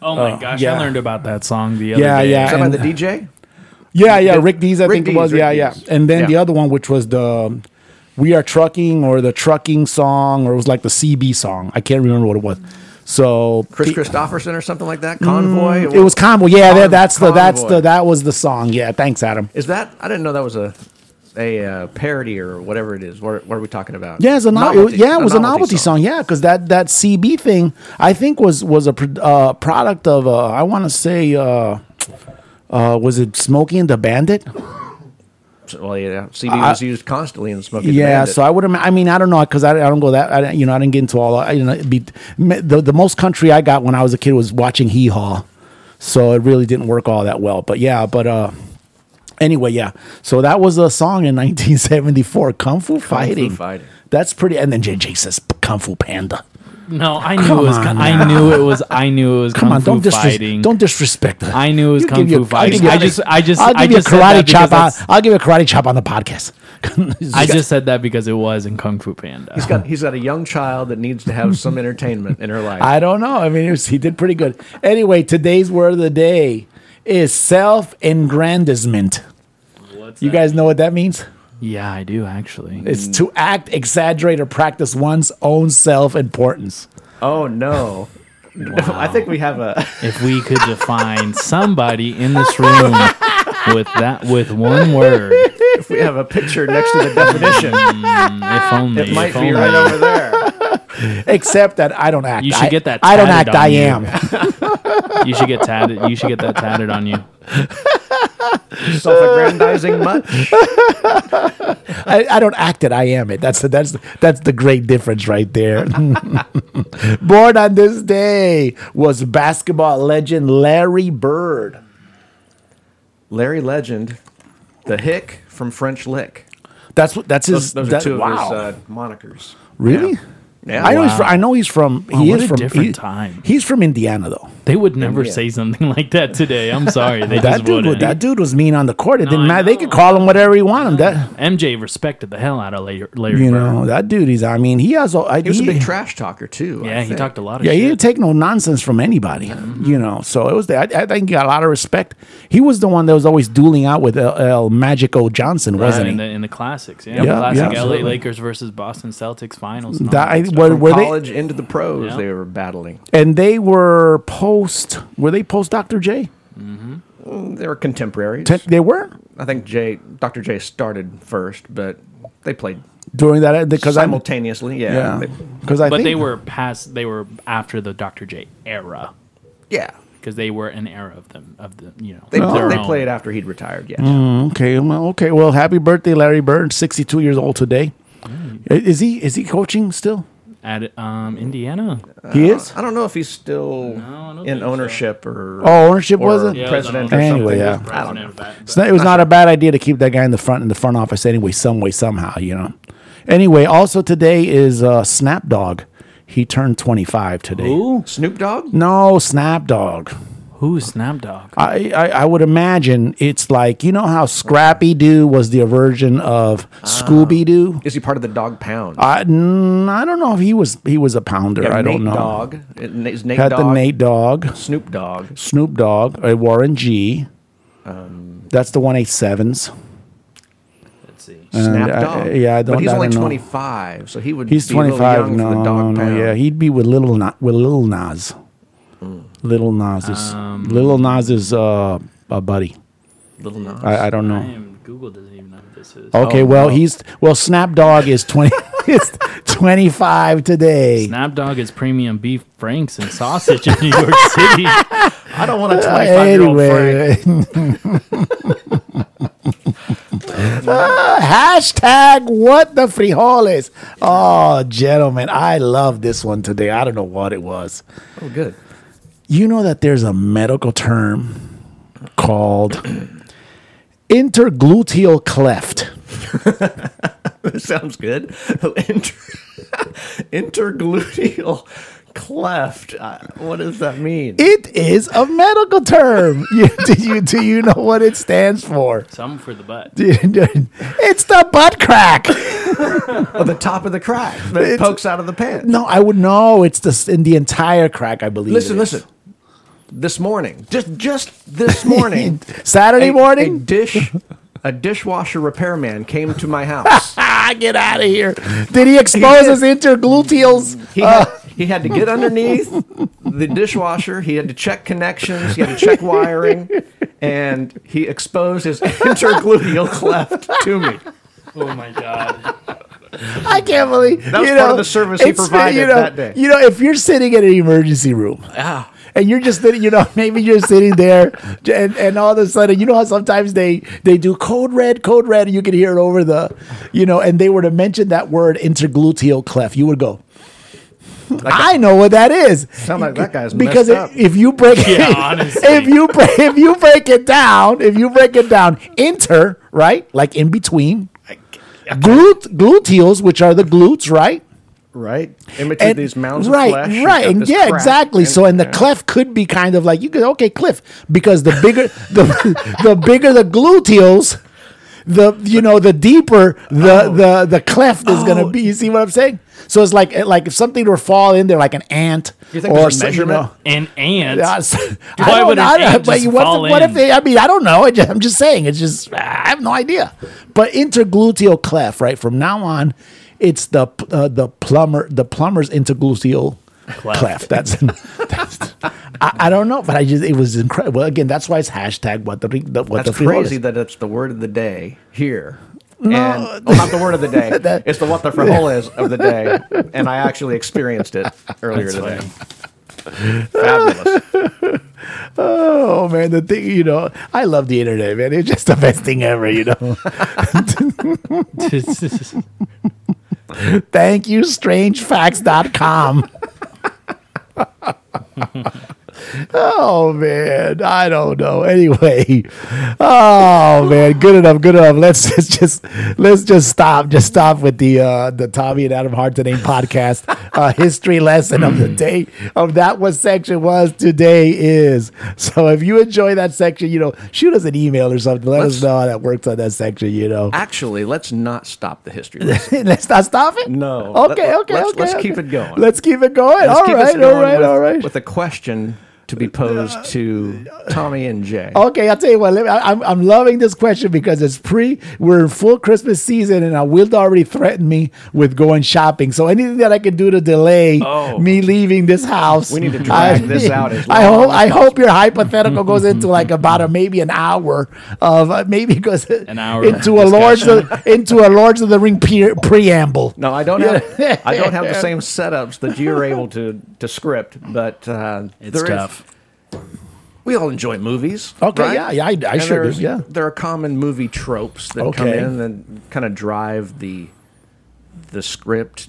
Speaker 4: Oh my gosh,
Speaker 1: yeah.
Speaker 4: I learned about that song the other
Speaker 1: Yeah,
Speaker 4: day.
Speaker 1: yeah.
Speaker 5: Is that by
Speaker 1: and-
Speaker 5: the DJ?
Speaker 1: Yeah, yeah,
Speaker 5: Did-
Speaker 1: Rick Dees, I
Speaker 5: Rick
Speaker 1: think
Speaker 5: Dees,
Speaker 1: it was.
Speaker 5: Rick
Speaker 1: yeah, yeah.
Speaker 5: Dees.
Speaker 1: And then
Speaker 5: Yeah.
Speaker 1: the other one, which was the um, "We Are Trucking" or the trucking song, or it was like the CB song. I can't remember what it was. So
Speaker 5: Chris
Speaker 1: the-
Speaker 5: Christopherson or something like that? Convoy?
Speaker 1: Mm, it was Convoy. Yeah, that,
Speaker 5: Con-
Speaker 1: that's the that's the
Speaker 5: Convoy.
Speaker 1: that was the song. Yeah, thanks, Adam.
Speaker 5: Is that? I didn't know that was a a uh, parody or whatever it is. What, what are we talking about?
Speaker 1: Yeah, it's a no- it- yeah, it was a novelty song. Yeah, because that that CB thing, I think was was a pro- uh, product of uh, I want to say. Uh, uh, was it Smokey and the Bandit?
Speaker 5: So, well, yeah, CB was used constantly in Smoking
Speaker 1: Yeah, so I would. Ima- I mean, I don't know because I, I don't go that. I, don't- you know, I didn't get into all. I you know, it'd be me- the the most country I got when I was a kid was watching Hee Haw, so it really didn't work all that well. But yeah, but uh, anyway, yeah. So that was a song in 1974, Kung Fu Fighting.
Speaker 5: Fighting.
Speaker 1: That's pretty. And then JJ says Kung Fu Panda.
Speaker 4: No, I knew
Speaker 1: Come
Speaker 4: it was.
Speaker 1: on
Speaker 4: I knew it was. I knew it was.
Speaker 1: Come
Speaker 4: Kung
Speaker 1: on,
Speaker 4: Fu
Speaker 1: don't
Speaker 4: fighting.
Speaker 1: disres- don't disrespect that.
Speaker 4: I knew it was
Speaker 1: You'll
Speaker 4: Kung
Speaker 1: give you-
Speaker 4: Fu
Speaker 1: I'll give
Speaker 4: fighting.
Speaker 1: you-
Speaker 4: I just, I just,
Speaker 1: I'll
Speaker 4: I
Speaker 1: give you a
Speaker 4: just said that
Speaker 1: karate
Speaker 4: because
Speaker 1: chop. I'll,
Speaker 4: that's-
Speaker 1: I'll give you a karate chop on the podcast.
Speaker 4: I just said that because it was in Kung Fu Panda.
Speaker 5: He's got, he's got a young child that needs to have some entertainment in her life.
Speaker 1: I don't know. I mean, it was, he did pretty good. Anyway, today's word of the day is self-aggrandizement. You guys know what that means?
Speaker 4: Yeah, I do actually.
Speaker 1: It's to act, exaggerate, or practice one's own self-importance.
Speaker 5: oh no! I think we have a.
Speaker 4: if we could define somebody in this room with that with one word, if
Speaker 5: If we have a picture next to the definition,
Speaker 4: only
Speaker 5: it might
Speaker 4: if
Speaker 5: be
Speaker 4: only.
Speaker 5: right over there.
Speaker 1: Except that I don't act.
Speaker 4: You should
Speaker 1: I-
Speaker 4: get that
Speaker 1: I don't act.
Speaker 4: tatted
Speaker 1: I
Speaker 4: on you.
Speaker 1: am.
Speaker 4: You should get tatted. You should get that tatted on you.
Speaker 5: Self-aggrandizing much.
Speaker 1: I, I don't act it. I am it. That's the, that's the, that's the great difference right there. Born on this day was basketball legend Larry Bird.
Speaker 5: Larry Legend, the Hick from French Lick.
Speaker 1: That's what that's his.
Speaker 5: Those, those are
Speaker 1: that-
Speaker 5: two
Speaker 1: wow.
Speaker 5: of his uh, monikers.
Speaker 1: really?
Speaker 5: Yeah.
Speaker 1: I know
Speaker 5: Wow.
Speaker 1: he's. From, I know he's from. He
Speaker 4: Oh, what
Speaker 1: is
Speaker 4: a
Speaker 1: from
Speaker 4: different
Speaker 1: he-
Speaker 4: time.
Speaker 1: He's from Indiana though.
Speaker 4: They would never
Speaker 5: Yeah.
Speaker 4: say something like that today. I'm sorry, they
Speaker 1: That
Speaker 4: just
Speaker 1: dude.
Speaker 4: wouldn't.
Speaker 1: That dude was mean on the court. It didn't
Speaker 4: I
Speaker 1: matter. They could
Speaker 4: know.
Speaker 1: call him whatever he wanted. That
Speaker 4: MJ respected the hell out of Larry, Larry
Speaker 1: you
Speaker 4: Bird.
Speaker 1: know that dude. He's. I mean, he has. all- I,
Speaker 5: He was a big trash talker too. I
Speaker 4: yeah, he
Speaker 5: think.
Speaker 4: talked a lot of
Speaker 1: Yeah,
Speaker 4: shit.
Speaker 1: he didn't take no nonsense from anybody, you know. So it was. I, I think he got a lot of respect. He was the one that was always dueling out with El, El Magico Johnson, wasn't
Speaker 4: Uh, in
Speaker 1: he?
Speaker 4: the in the classics. Yeah,
Speaker 1: Yeah, yeah,
Speaker 4: classic
Speaker 1: absolutely.
Speaker 4: LA Lakers versus Boston Celtics finals. and all
Speaker 1: That,
Speaker 4: that
Speaker 1: I,
Speaker 4: stuff.
Speaker 1: were,
Speaker 5: From
Speaker 1: were they
Speaker 5: college into the pros,
Speaker 4: Yeah.
Speaker 5: they were battling.
Speaker 1: and they were post. Were they post Dr. J?
Speaker 5: They were contemporaries.
Speaker 1: Te- They were
Speaker 5: I think Jay, Dr. J started first, but they played
Speaker 1: during that because I'm
Speaker 5: simultaneously.
Speaker 1: yeah
Speaker 5: yeah, They-
Speaker 1: because I
Speaker 4: but
Speaker 1: think
Speaker 4: they were past. They were after the Dr. J era
Speaker 5: yeah.
Speaker 4: because they were an era of them of the you know
Speaker 5: They,
Speaker 1: Oh.
Speaker 4: their
Speaker 5: they
Speaker 4: own.
Speaker 5: played after he'd retired. Yeah,
Speaker 1: Okay, well, okay. Well, happy birthday, Larry Bird, sixty-two years old today.
Speaker 5: Mm.
Speaker 1: I- Is he is he coaching still?
Speaker 4: at um, Indiana.
Speaker 1: He is.
Speaker 5: I don't know if he's still
Speaker 4: I don't think
Speaker 5: in
Speaker 4: so.
Speaker 5: ownership or
Speaker 1: Oh, ownership was
Speaker 5: or
Speaker 1: it?
Speaker 4: Yeah,
Speaker 5: president
Speaker 4: it
Speaker 5: or
Speaker 4: was
Speaker 1: Anyway,
Speaker 5: something.
Speaker 1: yeah.
Speaker 5: I don't know.
Speaker 1: It's not- it was not a bad idea to keep that guy in the front in the front office anyway, some way, somehow, you know. Anyway, also today is uh, Snap Dog. He turned twenty-five today.
Speaker 4: Who?
Speaker 5: Snoop Dogg.
Speaker 1: No, Snap Dog.
Speaker 4: Who's Snap Dogg?
Speaker 1: I, I I would imagine it's like you know how Scrappy Doo was the version of
Speaker 5: Ah.
Speaker 1: Scooby Doo.
Speaker 5: Is he part of the Dog Pound?
Speaker 1: I, mm, I don't know if he was he was a pounder. I don't
Speaker 5: Nate
Speaker 1: know.
Speaker 5: Dogg. Is Nate
Speaker 1: Had
Speaker 5: Dogg.
Speaker 1: the Nate Dog.
Speaker 5: Snoop Dogg.
Speaker 1: Snoop Dogg, uh, Warren G.
Speaker 5: Um,
Speaker 1: That's the one eight sevens.
Speaker 4: Let's see.
Speaker 5: Snap
Speaker 1: I-
Speaker 5: Dogg.
Speaker 1: yeah, I don't-
Speaker 5: But he's
Speaker 1: I
Speaker 5: only
Speaker 1: don't know.
Speaker 5: 25, so he would.
Speaker 1: He's
Speaker 5: be a
Speaker 1: twenty
Speaker 5: little
Speaker 1: five.
Speaker 5: young
Speaker 1: No,
Speaker 5: for the
Speaker 1: no,
Speaker 5: Dog
Speaker 1: no,
Speaker 5: Pound.
Speaker 1: yeah, he'd be with little Na- with little Nas.
Speaker 5: Mm.
Speaker 1: Little Nas is little Nas is uh, a buddy.
Speaker 5: Little Nas.
Speaker 1: I, I don't
Speaker 4: I
Speaker 1: know.
Speaker 5: Oh,
Speaker 4: am Google doesn't even know who this is.
Speaker 1: Okay, well he's well Snap Dog is twenty. it's 25 today.
Speaker 4: Snap Dog is premium beef franks and sausage in New York City.
Speaker 5: I don't want a 25 year old Frank.
Speaker 1: Anyway. Ah, hashtag what the frijoles. Oh, gentlemen, I love this one today. I don't know what it was.
Speaker 5: Oh, good.
Speaker 1: You know that there's a medical term called intergluteal cleft.
Speaker 5: Sounds good. Inter- intergluteal cleft. Uh, what does that mean?
Speaker 1: It is a medical term. You- do, you, do you know what it stands for?
Speaker 4: Some for the butt.
Speaker 1: it's the butt crack.
Speaker 5: Oh, the top of the crack that
Speaker 1: It's-
Speaker 5: pokes out of the pants.
Speaker 1: No, I would know. It's the s- in the entire crack, I believe.
Speaker 5: Listen,
Speaker 1: it is.
Speaker 5: listen. This morning, just just this morning,
Speaker 1: Saturday
Speaker 5: a- a
Speaker 1: morning.
Speaker 5: dish, a dishwasher repairman came to my house.
Speaker 1: ah, get out of here! Did he expose his intergluteals?
Speaker 5: He had, he had to get underneath the dishwasher. He had to check connections. He had to check wiring, and he exposed his intergluteal cleft to me.
Speaker 4: Oh my god.
Speaker 1: I can't believe
Speaker 5: That was
Speaker 1: you
Speaker 5: part
Speaker 1: know,
Speaker 5: of the service he
Speaker 1: it's-
Speaker 5: provided
Speaker 1: you know,
Speaker 5: that day. Ah.
Speaker 1: You know, if you're sitting in an emergency room. And you're just sitting, you know, maybe you're sitting there, and, and all of a sudden, you know how sometimes they they do code red, code red, and you can hear it over the, you know, and they were to mention that word intergluteal cleft, you would go, I know what that is.
Speaker 5: Sound like that guy's
Speaker 1: because
Speaker 5: messed
Speaker 1: it-
Speaker 5: up.
Speaker 1: if you break
Speaker 4: Yeah,
Speaker 1: it,
Speaker 4: honestly.
Speaker 1: if you break, if you break it down, if you break it down, inter right, like in between, glute gluteals, which are the glutes, right?
Speaker 5: right? Imitate
Speaker 1: And-
Speaker 5: these mounds
Speaker 1: right,
Speaker 5: of flesh.
Speaker 1: right,
Speaker 5: You've got
Speaker 1: and
Speaker 5: this
Speaker 1: yeah,
Speaker 5: crack,
Speaker 1: exactly.
Speaker 5: and-
Speaker 1: so, and the
Speaker 5: yeah.
Speaker 1: cleft could be kind of like you could okay, cliff, because the bigger the the bigger the gluteals, the you know the deeper the
Speaker 5: Oh.
Speaker 1: the the cleft is gonna be. You see what I'm saying? So it's like like if something were to fall in there, like an ant
Speaker 5: You think there's a
Speaker 1: some-
Speaker 5: measurement?
Speaker 4: And ants.
Speaker 1: yeah, so-
Speaker 4: Why
Speaker 1: I don't-
Speaker 4: would an
Speaker 1: I don't-
Speaker 4: ant
Speaker 1: but
Speaker 4: just
Speaker 1: what,
Speaker 4: fall
Speaker 1: if, what if
Speaker 4: in?
Speaker 1: they, I mean, I don't know. I just, I'm just saying. It's just, I have no idea. But intergluteal cleft, right? From now on, it's the uh, the plumber the plumber's intergluteal cleft.
Speaker 4: Cleft.
Speaker 1: That's, that's I, I don't know, but I just it was incredible. Well, again, that's why it's hashtag what the re- the- what
Speaker 5: That's
Speaker 1: the frijoles.
Speaker 5: crazy that it's the word of the day here. No, and, well, not the word of the day. it's the what the frijoles is of the day, and I actually experienced it earlier today. Fabulous.
Speaker 1: Oh man, the thing you know, I love the internet, man. It's just the best thing ever, you know. Thank you, strangefacts.com. oh, man. I don't know. Anyway. Oh, man. Good enough. Good enough. Let's just, just let's just stop. Just stop with the uh, the Tommy and Adam Hard to Name podcast uh, history lesson of the day of that what section was today is. So if you enjoy that section, you know, shoot us an email or something. Let us
Speaker 5: Let's-
Speaker 1: know how that works on that section, you know.
Speaker 5: Actually, let's not stop the history. lesson.
Speaker 1: let's not stop it.
Speaker 5: No.
Speaker 1: Okay.
Speaker 5: Let-
Speaker 1: okay.
Speaker 5: let's-
Speaker 1: okay.
Speaker 5: let's
Speaker 1: okay.
Speaker 5: keep it going.
Speaker 1: Let's keep it going.
Speaker 5: Let's
Speaker 1: all
Speaker 5: keep this
Speaker 1: right. All
Speaker 5: going
Speaker 1: right.
Speaker 5: with,
Speaker 1: all right.
Speaker 5: With a question to be posed to Tommy and Jay.
Speaker 1: Okay, I'll tell you what. Let me, I, I'm I'm loving this question because it's pre. We're in full Christmas season, and I will already threatened me with going shopping. So anything that I can do to delay
Speaker 4: Oh.
Speaker 1: me leaving this house,
Speaker 5: We need to drag this out as
Speaker 1: I
Speaker 5: long
Speaker 1: hope
Speaker 5: as
Speaker 1: I hope your hypothetical goes into like about a maybe an hour of uh, maybe goes an
Speaker 4: hour of
Speaker 1: into a Lord's of, into a Lord's of the Ring pre- preamble.
Speaker 5: No, I don't have I don't have the same setups that you're able to to script, but uh,
Speaker 4: It's
Speaker 5: there is-
Speaker 4: tough.
Speaker 5: we all enjoy movies.
Speaker 1: Okay,
Speaker 5: right?
Speaker 1: yeah, yeah, I- I
Speaker 5: And
Speaker 1: sure do,
Speaker 5: there's-
Speaker 1: yeah.
Speaker 5: there are common movie tropes that come
Speaker 1: Okay.
Speaker 5: in and kind of drive the the script,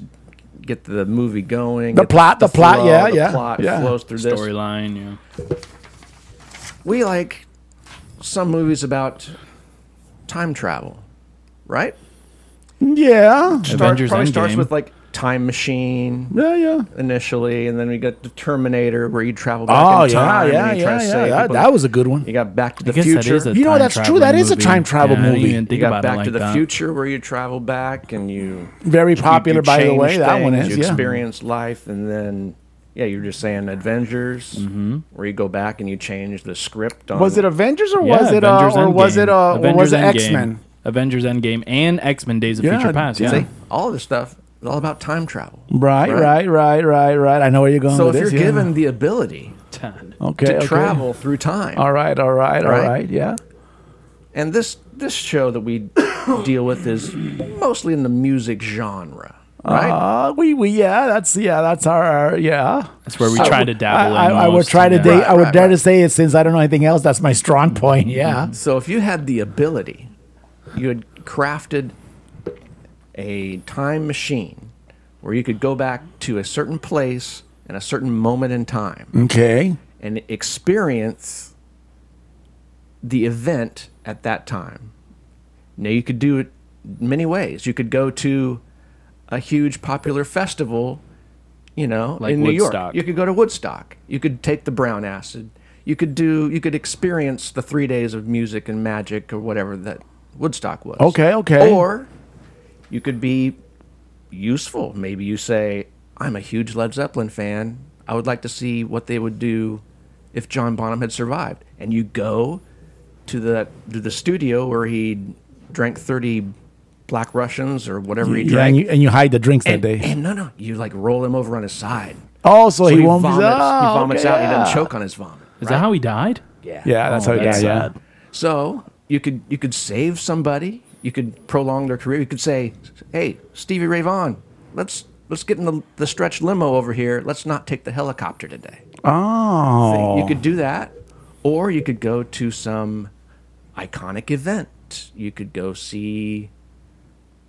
Speaker 5: get the movie going.
Speaker 1: The
Speaker 5: get
Speaker 1: plot, the plot,
Speaker 5: flow,
Speaker 1: yeah,
Speaker 5: the
Speaker 1: yeah,
Speaker 5: plot
Speaker 1: yeah.
Speaker 5: flows through this.
Speaker 4: Storyline, yeah.
Speaker 5: We like some movies about time travel, right?
Speaker 1: Yeah,
Speaker 4: Avengers
Speaker 5: probably starts
Speaker 4: Endgame.
Speaker 5: with like time machine.
Speaker 1: yeah, yeah.
Speaker 5: initially, and then we got the Terminator where you travel back
Speaker 1: Oh
Speaker 5: in
Speaker 1: yeah,
Speaker 5: time.
Speaker 1: yeah,
Speaker 5: and you
Speaker 1: yeah,
Speaker 5: try to
Speaker 1: yeah.
Speaker 5: save
Speaker 1: That,
Speaker 5: people.
Speaker 1: that was a good one.
Speaker 5: You got Back to the
Speaker 4: I guess that
Speaker 5: Future.
Speaker 4: is a
Speaker 1: You know,
Speaker 4: time
Speaker 1: that's true.
Speaker 4: travel
Speaker 1: That is a
Speaker 4: movie.
Speaker 1: time travel
Speaker 4: Yeah, I didn't
Speaker 1: movie.
Speaker 4: even
Speaker 5: you
Speaker 4: think
Speaker 5: got
Speaker 4: about
Speaker 5: Back
Speaker 4: it like
Speaker 5: to the
Speaker 4: that.
Speaker 5: Future where you travel back and you
Speaker 1: Very
Speaker 5: you-
Speaker 1: popular,
Speaker 5: you
Speaker 1: by the
Speaker 5: change
Speaker 1: way. that one
Speaker 5: things,
Speaker 1: is.
Speaker 5: You
Speaker 1: yeah.
Speaker 5: experience life, and then yeah, you were just saying Avengers, where you go back and you change the script. On,
Speaker 1: Mm-hmm. Was it Avengers or
Speaker 4: Yeah,
Speaker 1: was it uh,
Speaker 4: Avengers
Speaker 1: or was it uh,
Speaker 4: Endgame.
Speaker 1: or was it
Speaker 4: Avengers
Speaker 1: X
Speaker 4: Endgame.
Speaker 1: Men?
Speaker 4: Avengers Endgame and X Men Days of
Speaker 1: Yeah,
Speaker 4: Future Past.
Speaker 1: see?
Speaker 4: Yeah.
Speaker 5: See, all of this stuff is all about time travel.
Speaker 1: Right, right, right, right, right. I know where you're going.
Speaker 5: So if
Speaker 1: with
Speaker 5: you're
Speaker 1: this, yeah.
Speaker 5: given the ability
Speaker 1: okay,
Speaker 5: to
Speaker 1: okay.
Speaker 5: travel through time,
Speaker 1: all right, all right, all right,
Speaker 5: Right?
Speaker 1: yeah.
Speaker 5: And this this show that we deal with is mostly in the music genre. Right?
Speaker 1: Uh, we we yeah, that's yeah, that's our, our yeah.
Speaker 4: That's where we
Speaker 1: I
Speaker 4: try
Speaker 1: would-
Speaker 4: to dabble.
Speaker 1: I,
Speaker 4: in
Speaker 1: I, I would
Speaker 4: most,
Speaker 1: try to.
Speaker 4: yeah.
Speaker 1: da- I would
Speaker 5: right,
Speaker 1: dare to
Speaker 5: right.
Speaker 1: say it since I don't know anything else. That's my strong point. Yeah.
Speaker 5: So if you had the ability, you had crafted a time machine where you could go back to a certain place and a certain moment in time
Speaker 1: Okay.
Speaker 5: and experience the event at that time. Now you could do it many ways. You could go to a huge popular festival, you know,
Speaker 4: Like
Speaker 5: in New York.
Speaker 4: Woodstock.
Speaker 5: You could go to Woodstock. You could take the brown acid. You could do you could experience the 3 days of music and magic or whatever that Woodstock was.
Speaker 1: Okay, okay.
Speaker 5: Or you could be useful. Maybe you say, I'm a huge Led Zeppelin fan. I would like to see what they would do if John Bonham had survived. And you go to the to the studio where he drank 30 Black Russians or whatever he
Speaker 1: Yeah, and
Speaker 5: drank.
Speaker 1: you and you hide the drinks that
Speaker 5: and,
Speaker 1: day.
Speaker 5: and no, no, you like roll him over on his side.
Speaker 1: oh, so,
Speaker 5: So
Speaker 1: he, won't
Speaker 5: vomits,
Speaker 1: be.
Speaker 5: he
Speaker 1: oh,
Speaker 5: vomits
Speaker 1: okay,
Speaker 5: out.
Speaker 1: Yeah.
Speaker 5: He doesn't choke on his vomit.
Speaker 4: Is that how he died?
Speaker 1: Yeah, that's how.
Speaker 4: that's
Speaker 1: yeah,
Speaker 4: sad.
Speaker 5: So you could you could save somebody. You could prolong their career. You could say, "Hey, Stevie Ray Vaughan, let's let's get in the, the stretch limo over here. Let's not take the helicopter today."
Speaker 1: yeah. Oh.
Speaker 5: You could do that, or you could go to some iconic event. You could go see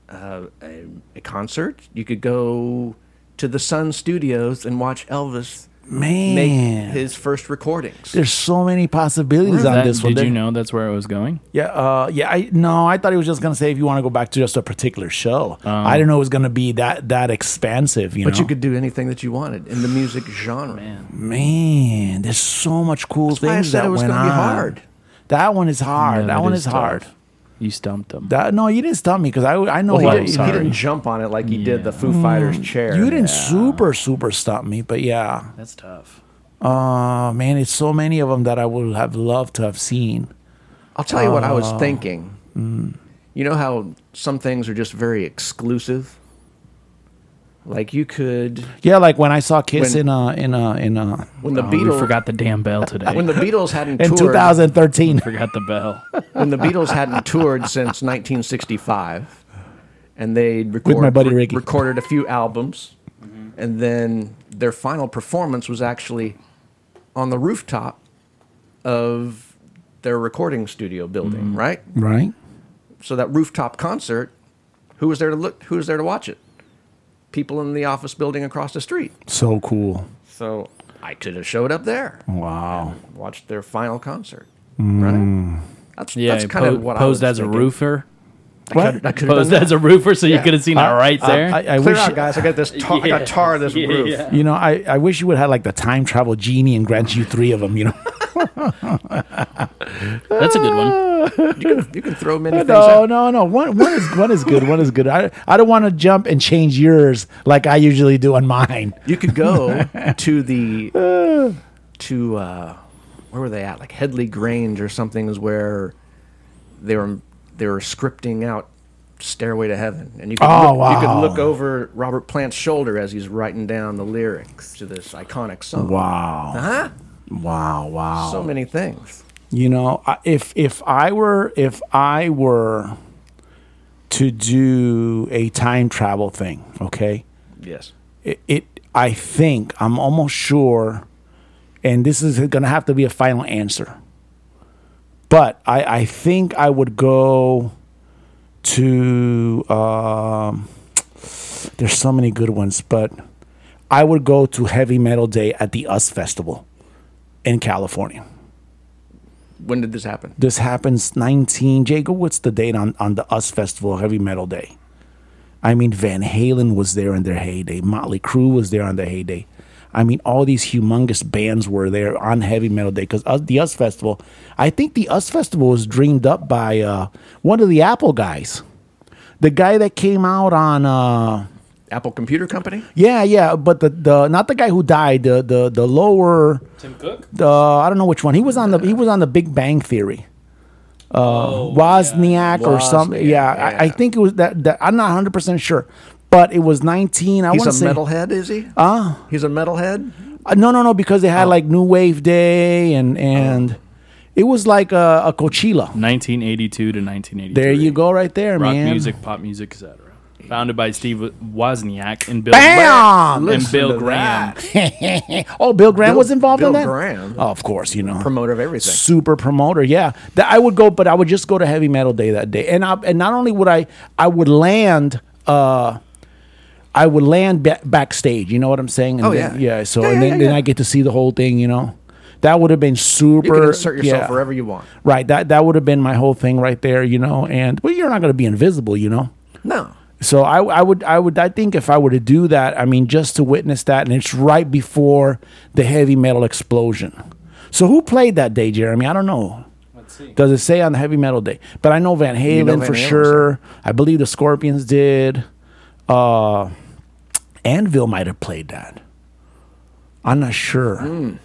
Speaker 5: uh, a, a concert. You could go to the Sun Studios and watch Elvis
Speaker 1: man.
Speaker 5: make his first recordings.
Speaker 1: There's so many possibilities on
Speaker 4: That-
Speaker 1: this one.
Speaker 4: did you
Speaker 1: There-
Speaker 4: know that's where it was going?
Speaker 1: Yeah, uh, yeah. I no, I thought he was just gonna say if you want to go back to just a particular show. I didn't know it was gonna be that that expansive. You
Speaker 5: But
Speaker 1: know,
Speaker 5: you could do anything that you wanted in the music genre.
Speaker 1: man, there's so much cool
Speaker 5: why I
Speaker 1: things
Speaker 5: said
Speaker 1: that
Speaker 5: it was
Speaker 1: went
Speaker 5: gonna be
Speaker 1: on.
Speaker 5: hard.
Speaker 1: That one is hard.
Speaker 4: Yeah,
Speaker 1: that
Speaker 4: it
Speaker 1: one is
Speaker 4: tough.
Speaker 1: hard.
Speaker 4: You stumped him.
Speaker 1: That no, you didn't stop me because I I know
Speaker 5: Well, he,
Speaker 1: what.
Speaker 5: didn't, he
Speaker 4: sorry.
Speaker 5: didn't jump on it like he did the Foo Fighters chair.
Speaker 1: Oh, you didn't super super stop me, but yeah.
Speaker 4: That's tough.
Speaker 1: Oh man, it's so many of them that I would have loved to have seen.
Speaker 5: I'll tell you what I was
Speaker 1: Oh.
Speaker 5: thinking.
Speaker 1: Mm.
Speaker 5: You know how some things are just very exclusive. Like you could
Speaker 1: Yeah, like when I saw Kiss
Speaker 5: When-
Speaker 1: in uh in uh in uh
Speaker 5: when the
Speaker 4: Oh,
Speaker 5: Beatles
Speaker 4: we forgot the damn bell today.
Speaker 5: when the Beatles hadn't
Speaker 1: in
Speaker 5: toured
Speaker 1: 2013.
Speaker 4: forgot the bell.
Speaker 5: when the Beatles hadn't toured since 1965, and they record,
Speaker 1: my buddy
Speaker 5: re-
Speaker 1: Ricky.
Speaker 5: recorded a few albums, and then their final performance was actually on the rooftop of their recording studio building,
Speaker 4: Mm-hmm.
Speaker 5: right?
Speaker 1: Right.
Speaker 5: So that rooftop concert, who was there to look? Who was there to watch it? People in the office building across the street.
Speaker 1: So cool.
Speaker 5: So I could have showed up there,
Speaker 1: Wow.
Speaker 5: watched their final concert, right? That's,
Speaker 4: Mm. Yeah,
Speaker 5: that's
Speaker 4: he
Speaker 5: kind
Speaker 4: po-
Speaker 5: of what I was
Speaker 4: posed as
Speaker 5: thinking.
Speaker 4: a roofer.
Speaker 1: What?
Speaker 5: I could have
Speaker 4: Posed as a roofer, so you could have seen it right there.
Speaker 1: I, I
Speaker 5: Clear
Speaker 1: wish
Speaker 5: out, guys. I got this. Tar- I got tar of this roof.
Speaker 1: you know. I, I wish you would have like the time travel genie and grant you three of them. You know.
Speaker 4: That's a good one.
Speaker 5: You can throw many things.
Speaker 1: no,
Speaker 5: out.
Speaker 1: no, no. One one is one is good. One is good. I I don't want to jump and change yours like I usually do on mine.
Speaker 5: You could go to the to uh, where were they at? Like Headley Grange or something is where they were they were scripting out Stairway to Heaven, and you could
Speaker 1: Oh,
Speaker 5: look, you could
Speaker 1: wow.
Speaker 5: look over Robert Plant's shoulder as he's writing down the lyrics to this iconic song.
Speaker 1: Wow.
Speaker 5: Huh?
Speaker 1: Wow. Wow.
Speaker 5: So many things.
Speaker 1: You know, I- if if I were if I were to do a time travel thing, okay?
Speaker 5: Yes.
Speaker 1: it, it I think I'm almost sure, and this is going to have to be a final answer. But I, I think I would go to um, there's so many good ones, but I would go to Heavy Metal Day at the US Festival in California.
Speaker 5: When did this happen?
Speaker 1: This happens 19. Jacob, what's the date on, on the US Festival Heavy Metal Day? I mean, Van Halen was there in their heyday. Motley Crue was there on their heyday. I mean, all these humongous bands were there on Heavy Metal Day because the US Festival, I think the US Festival was dreamed up by uh, one of the Apple guys. The guy that came out on, uh,
Speaker 5: Apple Computer Company.
Speaker 1: yeah, yeah, but the, the not the guy who died, the the the lower,
Speaker 4: Tim Cook.
Speaker 1: the I don't know which one. He was on the he was on the Big Bang Theory. Uh, Wozniak or something.
Speaker 5: Wozniak,
Speaker 1: Yeah, I, I
Speaker 5: yeah.
Speaker 1: think it was that, that. I'm not 100 percent sure, but it was 19. I
Speaker 5: He's
Speaker 1: want
Speaker 5: a
Speaker 1: to say
Speaker 5: metalhead, is he? Ah. he's a metalhead.
Speaker 1: Uh, no, no, no, because they
Speaker 5: Oh.
Speaker 1: had like New Wave Day and and it was like a, a Coachella.
Speaker 4: 1982 to 1983.
Speaker 1: There you go, right there,
Speaker 4: Rock
Speaker 1: man.
Speaker 4: music, pop music, etc. founded by Steve Wozniak and Bill
Speaker 1: Bam!
Speaker 4: and Bill
Speaker 5: to
Speaker 4: Graham.
Speaker 1: oh, Bill Graham
Speaker 5: Bill-
Speaker 1: was involved in
Speaker 5: Bill
Speaker 1: that.
Speaker 5: Graham.
Speaker 1: Oh, of course, you know,
Speaker 5: Promoter of everything.
Speaker 1: super promoter. Yeah, that I would go, but I would just go to Heavy Metal Day that day, and I and not only would I, I would land. uh I would land ba- backstage. You know what I'm saying? And
Speaker 5: Oh,
Speaker 1: then-
Speaker 5: yeah.
Speaker 1: So
Speaker 5: Yeah,
Speaker 1: and
Speaker 5: yeah,
Speaker 1: then,
Speaker 5: yeah,
Speaker 1: then
Speaker 5: yeah.
Speaker 1: I get to see the whole thing. You know, that would have been super.
Speaker 5: You can insert yourself
Speaker 1: yeah.
Speaker 5: wherever you want.
Speaker 1: Right. That that would have been my whole thing right there. You know, and but you're not going to be invisible. You know.
Speaker 5: No.
Speaker 1: So I, I would, I would, I think if I were to do that, I mean, just to witness that, and it's right before the heavy metal explosion. So who played that day, Jeremy? I don't know. Let's see. Does it say on the heavy metal day? But I know Van Halen
Speaker 5: Van
Speaker 1: for
Speaker 5: Halen,
Speaker 1: sure. I believe the Scorpions did. Uh, Anvil might have played that. I'm not sure.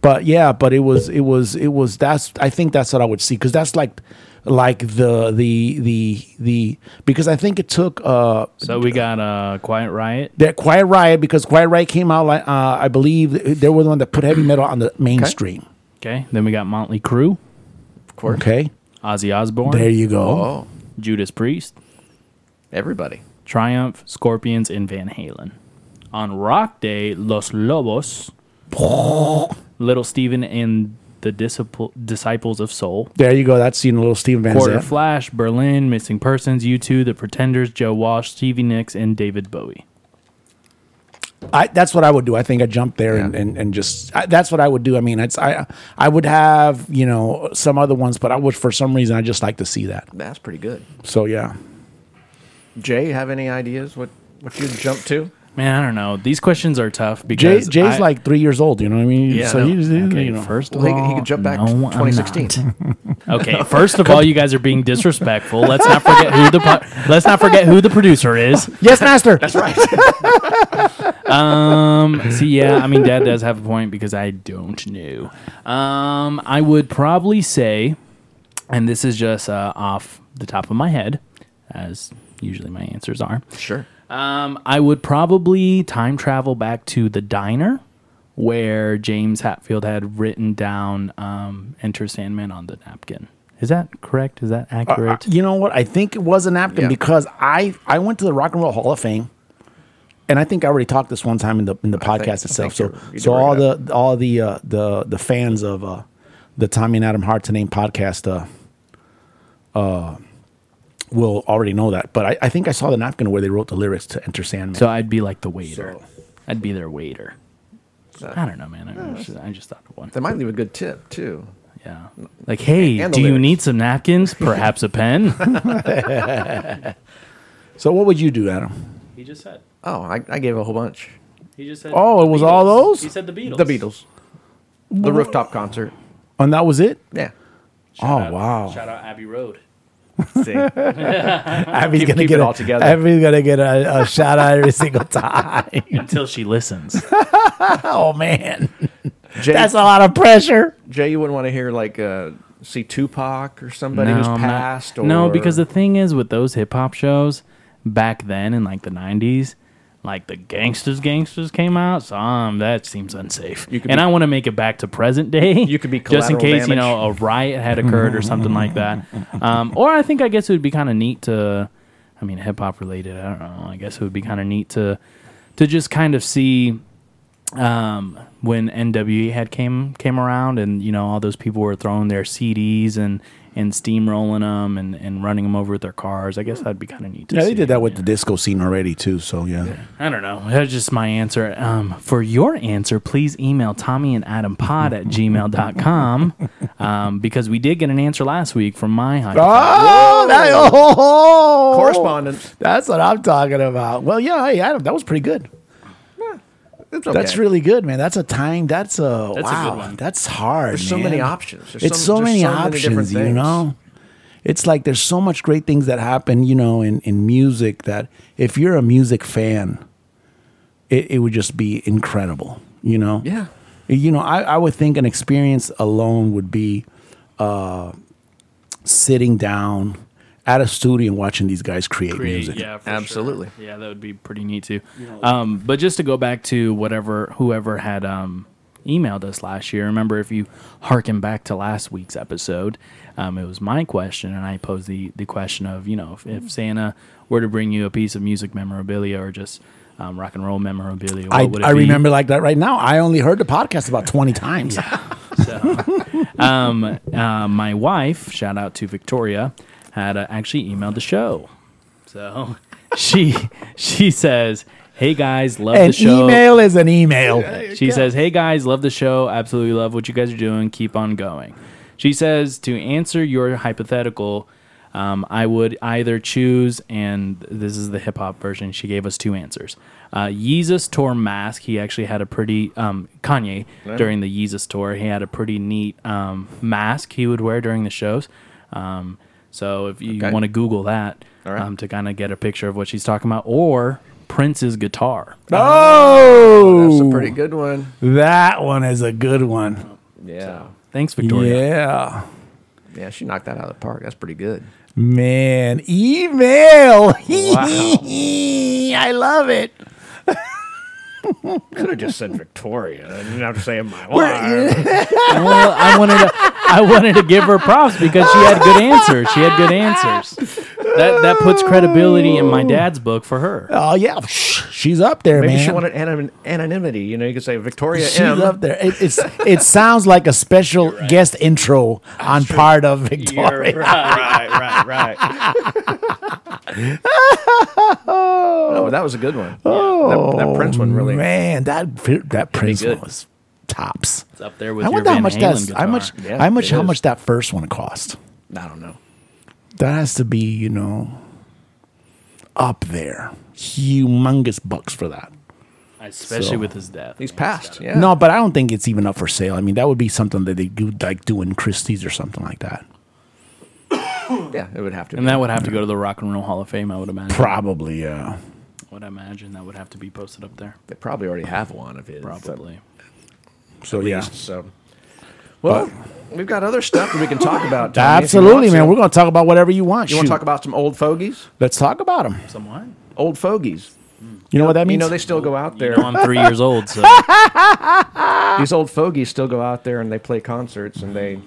Speaker 1: But yeah, but it was it was it was that's I think that's what I would see because that's like like the the the the because I think it took uh
Speaker 4: So we got uh, Quiet Riot.
Speaker 1: that Quiet Riot because Quiet Riot came out like uh, I believe they were the one that put heavy metal on the mainstream.
Speaker 4: Okay, then we got Motley Crue,
Speaker 1: Okay,
Speaker 4: Ozzy Osbourne,
Speaker 1: there you go.
Speaker 5: Oh,
Speaker 4: Judas Priest,
Speaker 5: everybody.
Speaker 4: Triumph, Scorpions, and Van Halen. On Rock Day, Los Lobos, Little Steven and the Disciple- Disciples of Soul,
Speaker 1: There you go. That's you know little Steven Van
Speaker 4: Quarter
Speaker 1: Zandt.
Speaker 4: Flash, Berlin, Missing Persons, U2, The Pretenders, Joe Walsh, Stevie Nicks, and David Bowie.
Speaker 1: I, that's what I would do. I think I jump there and, and, and just I, that's what I would do. I mean, it's I I would have you know some other ones, but I would for some reason I just like to see that.
Speaker 5: That's pretty good.
Speaker 1: So yeah,
Speaker 5: Jay, have any ideas what, what you'd jump to?
Speaker 4: Man, I don't know. These questions are tough
Speaker 1: Jay,
Speaker 4: because
Speaker 1: Jay's
Speaker 4: I-
Speaker 1: like three years old. You know what I mean?
Speaker 4: Yeah,
Speaker 1: so
Speaker 4: no.
Speaker 1: he's, he's,
Speaker 4: Okay,
Speaker 1: you know
Speaker 4: first of
Speaker 5: Well, he
Speaker 4: all,
Speaker 5: could- he could jump back
Speaker 4: no,
Speaker 5: to
Speaker 4: I'm not.
Speaker 5: 2016.
Speaker 4: Okay, first of all, you guys are being disrespectful. Let's not forget who the po- let's not forget who the producer is.
Speaker 1: Yes, master. That's right.
Speaker 4: Um, see, yeah, I mean, Dad does have a point because I don't know. Um, I would probably say, and this is just uh, off the top of my head, as usually my answers are.
Speaker 5: Sure.
Speaker 4: Um, I would probably time travel back to the diner where James Hatfield had written down um, "Enter Sandman" on the napkin. Is that correct? Is that accurate?
Speaker 1: You know what? Uh, I think it was a napkin
Speaker 5: Yeah.
Speaker 1: because I I went to the Rock and Roll Hall of Fame, and I think I already talked this one time in the in the podcast
Speaker 5: think- I
Speaker 1: itself.
Speaker 5: think
Speaker 1: So
Speaker 5: you- you
Speaker 1: so
Speaker 5: did
Speaker 1: all
Speaker 5: bring it
Speaker 1: the all the uh, the the fans of uh, the Tommy and Adam Hart to Name podcast uh, uh, will already know that. But I, I think I saw the napkin where they wrote the lyrics to Enter Sandman.
Speaker 4: so I'd be like the waiter.
Speaker 1: So-
Speaker 4: I'd be their waiter. I don't know, man. I, just, I just thought of one.
Speaker 5: That might leave a good tip, too.
Speaker 4: Yeah. Like, hey,
Speaker 5: and the
Speaker 4: do you
Speaker 5: lyrics.
Speaker 4: need some napkins? Perhaps a pen?
Speaker 1: So what would you do, Adam?
Speaker 4: he just said.
Speaker 5: Oh, I, I gave a whole bunch.
Speaker 4: He just said.
Speaker 1: Oh, it was all those?
Speaker 4: He said the Beatles.
Speaker 5: The Beatles. The rooftop concert.
Speaker 1: And that was it.
Speaker 5: Yeah.
Speaker 1: oh wow.
Speaker 4: Shout out Abbey Road.
Speaker 5: See? All
Speaker 1: Abby's gonna
Speaker 5: keep
Speaker 1: get
Speaker 5: it
Speaker 1: a-
Speaker 5: all together.
Speaker 1: Abby's gonna get a, a shout out every single time.
Speaker 4: Until she listens.
Speaker 1: oh man,
Speaker 5: Jay,
Speaker 1: that's a lot of pressure.
Speaker 5: Jay, you wouldn't want to hear, like, uh, see Tupac or somebody who's
Speaker 4: I'm not-
Speaker 5: passed? or...
Speaker 4: No, because the thing is with those hip hop shows back then in like the nineties, like the gangsters gangsters came out, so um, that seems unsafe.
Speaker 5: You could
Speaker 4: and
Speaker 5: be-
Speaker 4: I want to make it back to present day.
Speaker 5: You could be
Speaker 4: just in
Speaker 5: collateral
Speaker 4: case you
Speaker 5: damage.
Speaker 4: know a riot had occurred or something like that. Um, or I think I guess it would be kind of neat to, I mean, hip hop related. I don't know. I guess it would be kind of neat to, to just kind of see um, when NWE had came came around, and you know all those people were throwing their CDs and and steamrolling them and, and running them over with their cars. I guess that'd be kind of neat. To
Speaker 1: Yeah,
Speaker 4: see.
Speaker 1: they did that with the disco scene already too. So yeah,
Speaker 4: I don't know. That's just my answer. Um, for your answer, please email Tommy and Adam Pod at gmail.com um, because we did get an answer last week from my hypothetical.
Speaker 1: oh, that, oh,
Speaker 5: Correspondence.
Speaker 1: That's what I'm talking about. Well, yeah, hey Adam, that was pretty good.
Speaker 5: It's okay.
Speaker 1: Oh, That's really good, man. That's a time. That's a
Speaker 4: That's a
Speaker 1: wow.
Speaker 4: good one.
Speaker 1: That's hard.
Speaker 5: There's so
Speaker 1: man.
Speaker 5: many options. There's
Speaker 1: it's
Speaker 5: so-
Speaker 1: so,
Speaker 5: there's
Speaker 1: many
Speaker 5: so many different
Speaker 1: options. you
Speaker 5: things.
Speaker 1: know, it's like there's so much great things that happen. You know, in in music that if you're a music fan, it, it would just be incredible. You know.
Speaker 5: Yeah.
Speaker 1: You know, I, I would think an experience alone would be uh, sitting down at a studio and watching these guys create, music.
Speaker 4: Yeah, for
Speaker 5: Absolutely.
Speaker 4: sure. Yeah, that would be pretty neat too. Um, but just to go back to whatever whoever had um, emailed us last year. Remember, if you harken back to last week's episode, um, it was my question, and I posed the, the question of, you know, if, if Santa were to bring you a piece of music memorabilia or just um, rock and roll memorabilia, what
Speaker 1: I,
Speaker 4: would it
Speaker 1: I
Speaker 4: be?
Speaker 1: remember like that right now. I only heard the podcast about 20 times.
Speaker 4: Um, uh, my wife, shout out to Victoria, had uh, actually emailed the show. So she she says, "Hey guys, love
Speaker 1: An
Speaker 4: the show."
Speaker 1: email is an email.
Speaker 4: She says, "Hey guys, love the show. Absolutely love what you guys are doing. Keep on going." She says, "To answer your hypothetical, um, I would either choose, and this is the hip hop version. She gave us two answers. Uh, Yeezus tour mask. He actually had a pretty um, Kanye during the Yeezus tour. He had a pretty neat um, mask he would wear during the shows. Um, so if you
Speaker 5: Okay.
Speaker 4: want to Google that
Speaker 5: right.
Speaker 4: um, to kind of get a picture of what she's talking about, or Prince's guitar."
Speaker 1: Oh,
Speaker 5: That's a pretty good one.
Speaker 1: that one is a good one.
Speaker 5: Yeah.
Speaker 4: Thanks, Victoria.
Speaker 1: Yeah.
Speaker 5: Yeah, she knocked that out of the park. That's pretty good.
Speaker 1: Man, email. I love it.
Speaker 5: Could have just said Victoria. I didn't have to say my
Speaker 4: well, I wanted to, I wanted to give her props because she had good answers. She had good answers. That that puts credibility in my dad's book for her.
Speaker 1: Oh yeah, Shh, she's up there,
Speaker 5: Maybe
Speaker 1: man.
Speaker 5: she wanted anon- anonymity. You know, you could say Victoria
Speaker 1: She's
Speaker 5: M.
Speaker 1: up there. It, it's it sounds like a special guest intro on part of Victoria.
Speaker 5: right, right. oh, that was a good one. Oh, that, that Prince one really.
Speaker 1: man, that that Prince one
Speaker 5: good.
Speaker 1: was tops.
Speaker 4: It's up there with
Speaker 1: I
Speaker 4: your
Speaker 1: wonder how
Speaker 4: Van
Speaker 1: much
Speaker 4: Halen
Speaker 1: that's
Speaker 4: guitar.
Speaker 1: how much
Speaker 5: Yeah,
Speaker 1: how much
Speaker 5: it
Speaker 1: how
Speaker 5: is.
Speaker 1: much that first one cost.
Speaker 5: I don't know.
Speaker 1: That has to be you know up there, humongous bucks for that.
Speaker 4: especially
Speaker 1: So-
Speaker 4: with his death.
Speaker 5: He's passed. Yeah.
Speaker 1: No, but I don't think it's even up for sale. I mean, that would be something that they do like do in Christie's or something like that.
Speaker 5: Yeah, it would have to.
Speaker 4: and
Speaker 5: be.
Speaker 4: that would have to go to the Rock and Roll Hall of Fame. I would imagine.
Speaker 1: Probably, yeah.
Speaker 4: would imagine that would have to be posted up there.
Speaker 5: they probably already have one of his.
Speaker 4: Probably.
Speaker 1: So yeah,
Speaker 5: So, well, we've got other stuff that we can talk about. Tommy, if you want
Speaker 1: absolutely,
Speaker 5: to.
Speaker 1: man. We're gonna talk about whatever you want.
Speaker 5: You want
Speaker 1: Shoot.
Speaker 5: to talk about some old fogies?
Speaker 1: Let's talk about them.
Speaker 4: Somewhat.
Speaker 5: Old fogies.
Speaker 1: You know what that means?
Speaker 5: You know, they still go out there.
Speaker 4: You know, I'm three years old, so
Speaker 5: These old fogies still go out there and they play concerts and they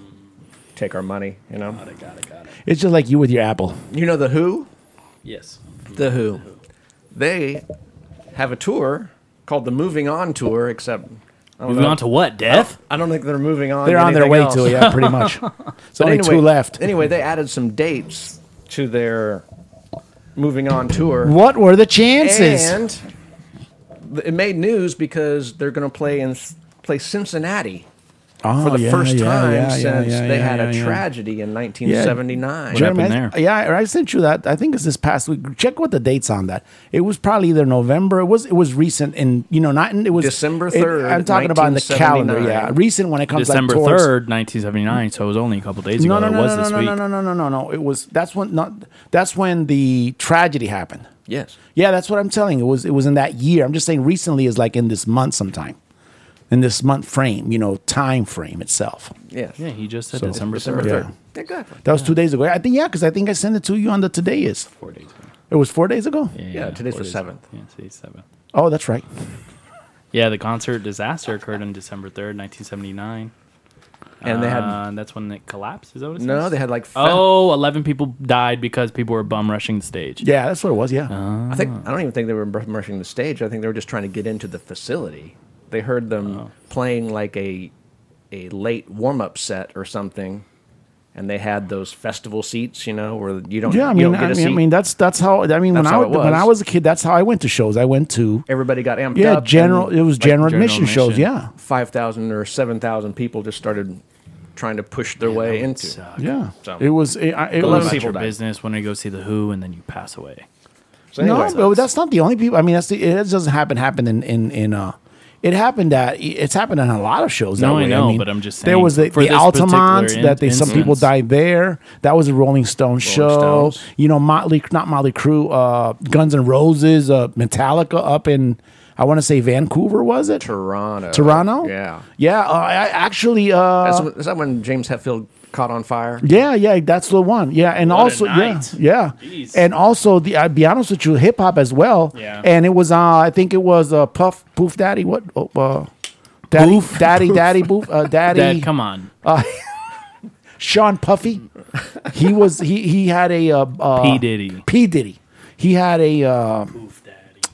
Speaker 5: take our money. You know.
Speaker 1: it's just like you with your apple.
Speaker 5: You know the Who.
Speaker 4: yes.
Speaker 5: The Who. They have a tour called the Moving On Tour, except I don't,
Speaker 4: Moving
Speaker 5: know,
Speaker 4: on to what?
Speaker 1: Oh,
Speaker 4: Death?
Speaker 5: I don't think they're moving on.
Speaker 1: They're
Speaker 5: to
Speaker 1: on their
Speaker 5: anything
Speaker 1: way
Speaker 5: else.
Speaker 1: to it, yeah, pretty much. so
Speaker 5: But
Speaker 1: only two left.
Speaker 5: Anyway, they added some dates to their Moving On Tour.
Speaker 1: What were the chances?
Speaker 5: And th- it made news because they're going to play in play Cincinnati
Speaker 1: Oh,
Speaker 5: for the
Speaker 1: yeah,
Speaker 5: first
Speaker 1: yeah,
Speaker 5: time
Speaker 1: yeah, yeah,
Speaker 5: since
Speaker 1: yeah,
Speaker 5: they
Speaker 1: yeah,
Speaker 5: had a
Speaker 1: yeah, yeah.
Speaker 5: tragedy in 1979.
Speaker 4: What happened
Speaker 1: Jeremy, I-
Speaker 4: there?
Speaker 1: Yeah, I- I sent you that. I think it's this past week. Check what the dates on that. It was probably either November. It was it was recent, and you know, not in, it was
Speaker 5: December
Speaker 1: it-
Speaker 5: 3rd,
Speaker 1: I'm talking about in the calendar. Yeah,
Speaker 5: 1979.
Speaker 1: recent when it comes
Speaker 4: December
Speaker 1: like towards,
Speaker 4: third, nineteen seventy nine. So it was only a couple days ago.
Speaker 1: No, no,
Speaker 4: it
Speaker 1: no,
Speaker 4: was
Speaker 1: no, no,
Speaker 4: this
Speaker 1: no,
Speaker 4: week.
Speaker 1: no, no, no, no, no, no. It was that's when not that's when the tragedy happened.
Speaker 5: Yes.
Speaker 1: Yeah, that's what I'm telling. you. It was it was in that year. I'm just saying recently is like in this month sometime. In this month frame, you know, time frame itself.
Speaker 5: Yes.
Speaker 4: Yeah, he just said
Speaker 1: So-
Speaker 4: December
Speaker 5: December
Speaker 4: third.
Speaker 1: Yeah.
Speaker 5: 3rd. They're good.
Speaker 1: That was two days ago. I think yeah, because I think I sent it to you on the today is.
Speaker 4: Four days ago.
Speaker 1: It was four days ago.
Speaker 5: Yeah, today's
Speaker 4: four
Speaker 5: the
Speaker 4: days
Speaker 5: seventh.
Speaker 4: ago. Yeah, today's seventh.
Speaker 1: Oh, that's right.
Speaker 4: Yeah, the concert disaster occurred on December third, nineteen seventy nine.
Speaker 5: And they had
Speaker 4: uh, that's when it collapsed. Is that what it
Speaker 5: no,
Speaker 4: says?
Speaker 5: they had like fa-
Speaker 4: Oh, 11 people died because people were bum rushing the stage.
Speaker 1: Yeah, that's what it was. Yeah.
Speaker 5: I think
Speaker 1: Hmm.
Speaker 5: I don't even think they were br- rushing the stage. I think they were just trying to get into the facility. They heard them
Speaker 1: Oh.
Speaker 5: playing like a a late warm up set or something, and they had those festival seats, you know, where you don't
Speaker 1: yeah, I
Speaker 5: you don't
Speaker 1: mean,
Speaker 5: get
Speaker 1: I
Speaker 5: a
Speaker 1: mean,
Speaker 5: seat.
Speaker 1: I mean, that's that's how. I mean, when
Speaker 5: That's
Speaker 1: I
Speaker 5: how
Speaker 1: was,
Speaker 5: it
Speaker 1: when I
Speaker 5: was.
Speaker 1: was a kid, that's how I went to shows. I went to
Speaker 5: Everybody got amped
Speaker 1: yeah
Speaker 5: up.
Speaker 1: general. It was general
Speaker 4: general
Speaker 1: admission shows.
Speaker 4: admission.
Speaker 1: Yeah,
Speaker 5: Five thousand or seven thousand people just started trying to push their way into.
Speaker 1: yeah.
Speaker 5: So-
Speaker 1: It was. It, I- it
Speaker 5: Go
Speaker 1: was
Speaker 5: see
Speaker 4: people
Speaker 5: people died.
Speaker 4: business when they go see the Who and then you pass away.
Speaker 5: So anyway,
Speaker 1: no, but that's not the only people. I mean, that's the, it doesn't happen happen in in in uh. It happened that it's happened on a lot of shows.
Speaker 4: No,
Speaker 1: that
Speaker 4: I
Speaker 1: way.
Speaker 4: know,
Speaker 1: mean,
Speaker 4: but I'm just
Speaker 1: there
Speaker 4: saying,
Speaker 1: was the,
Speaker 4: for
Speaker 1: the
Speaker 4: this
Speaker 1: Altamont
Speaker 4: particular in-
Speaker 1: that they some people
Speaker 4: instance-
Speaker 1: died there. That was a Rolling Stone show.
Speaker 5: Stones.
Speaker 1: You know, Motley not Motley Crue, uh, Guns N' Roses, uh, Metallica up in I want to say Vancouver was it
Speaker 5: Toronto.
Speaker 1: Toronto?
Speaker 5: Yeah.
Speaker 1: yeah. Uh, I I actually, uh,
Speaker 5: That's when- is that when James Hetfield caught on fire?
Speaker 1: yeah, yeah, that's the one. Yeah, and also, yeah,
Speaker 4: night.
Speaker 1: yeah,
Speaker 4: Jeez.
Speaker 1: and also the. I'll be honest with you, hip hop as well.
Speaker 4: Yeah.
Speaker 1: and it was uh, I think it was uh, Puff Poof Daddy. What? Oh, uh, Daddy,
Speaker 4: Boof.
Speaker 1: Daddy, Daddy, Boof, uh, Daddy.
Speaker 4: Dad, come on.
Speaker 5: Uh,
Speaker 1: Sean Puffy. He was he he had a uh, uh,
Speaker 4: P Diddy.
Speaker 1: P Diddy. He had a uh,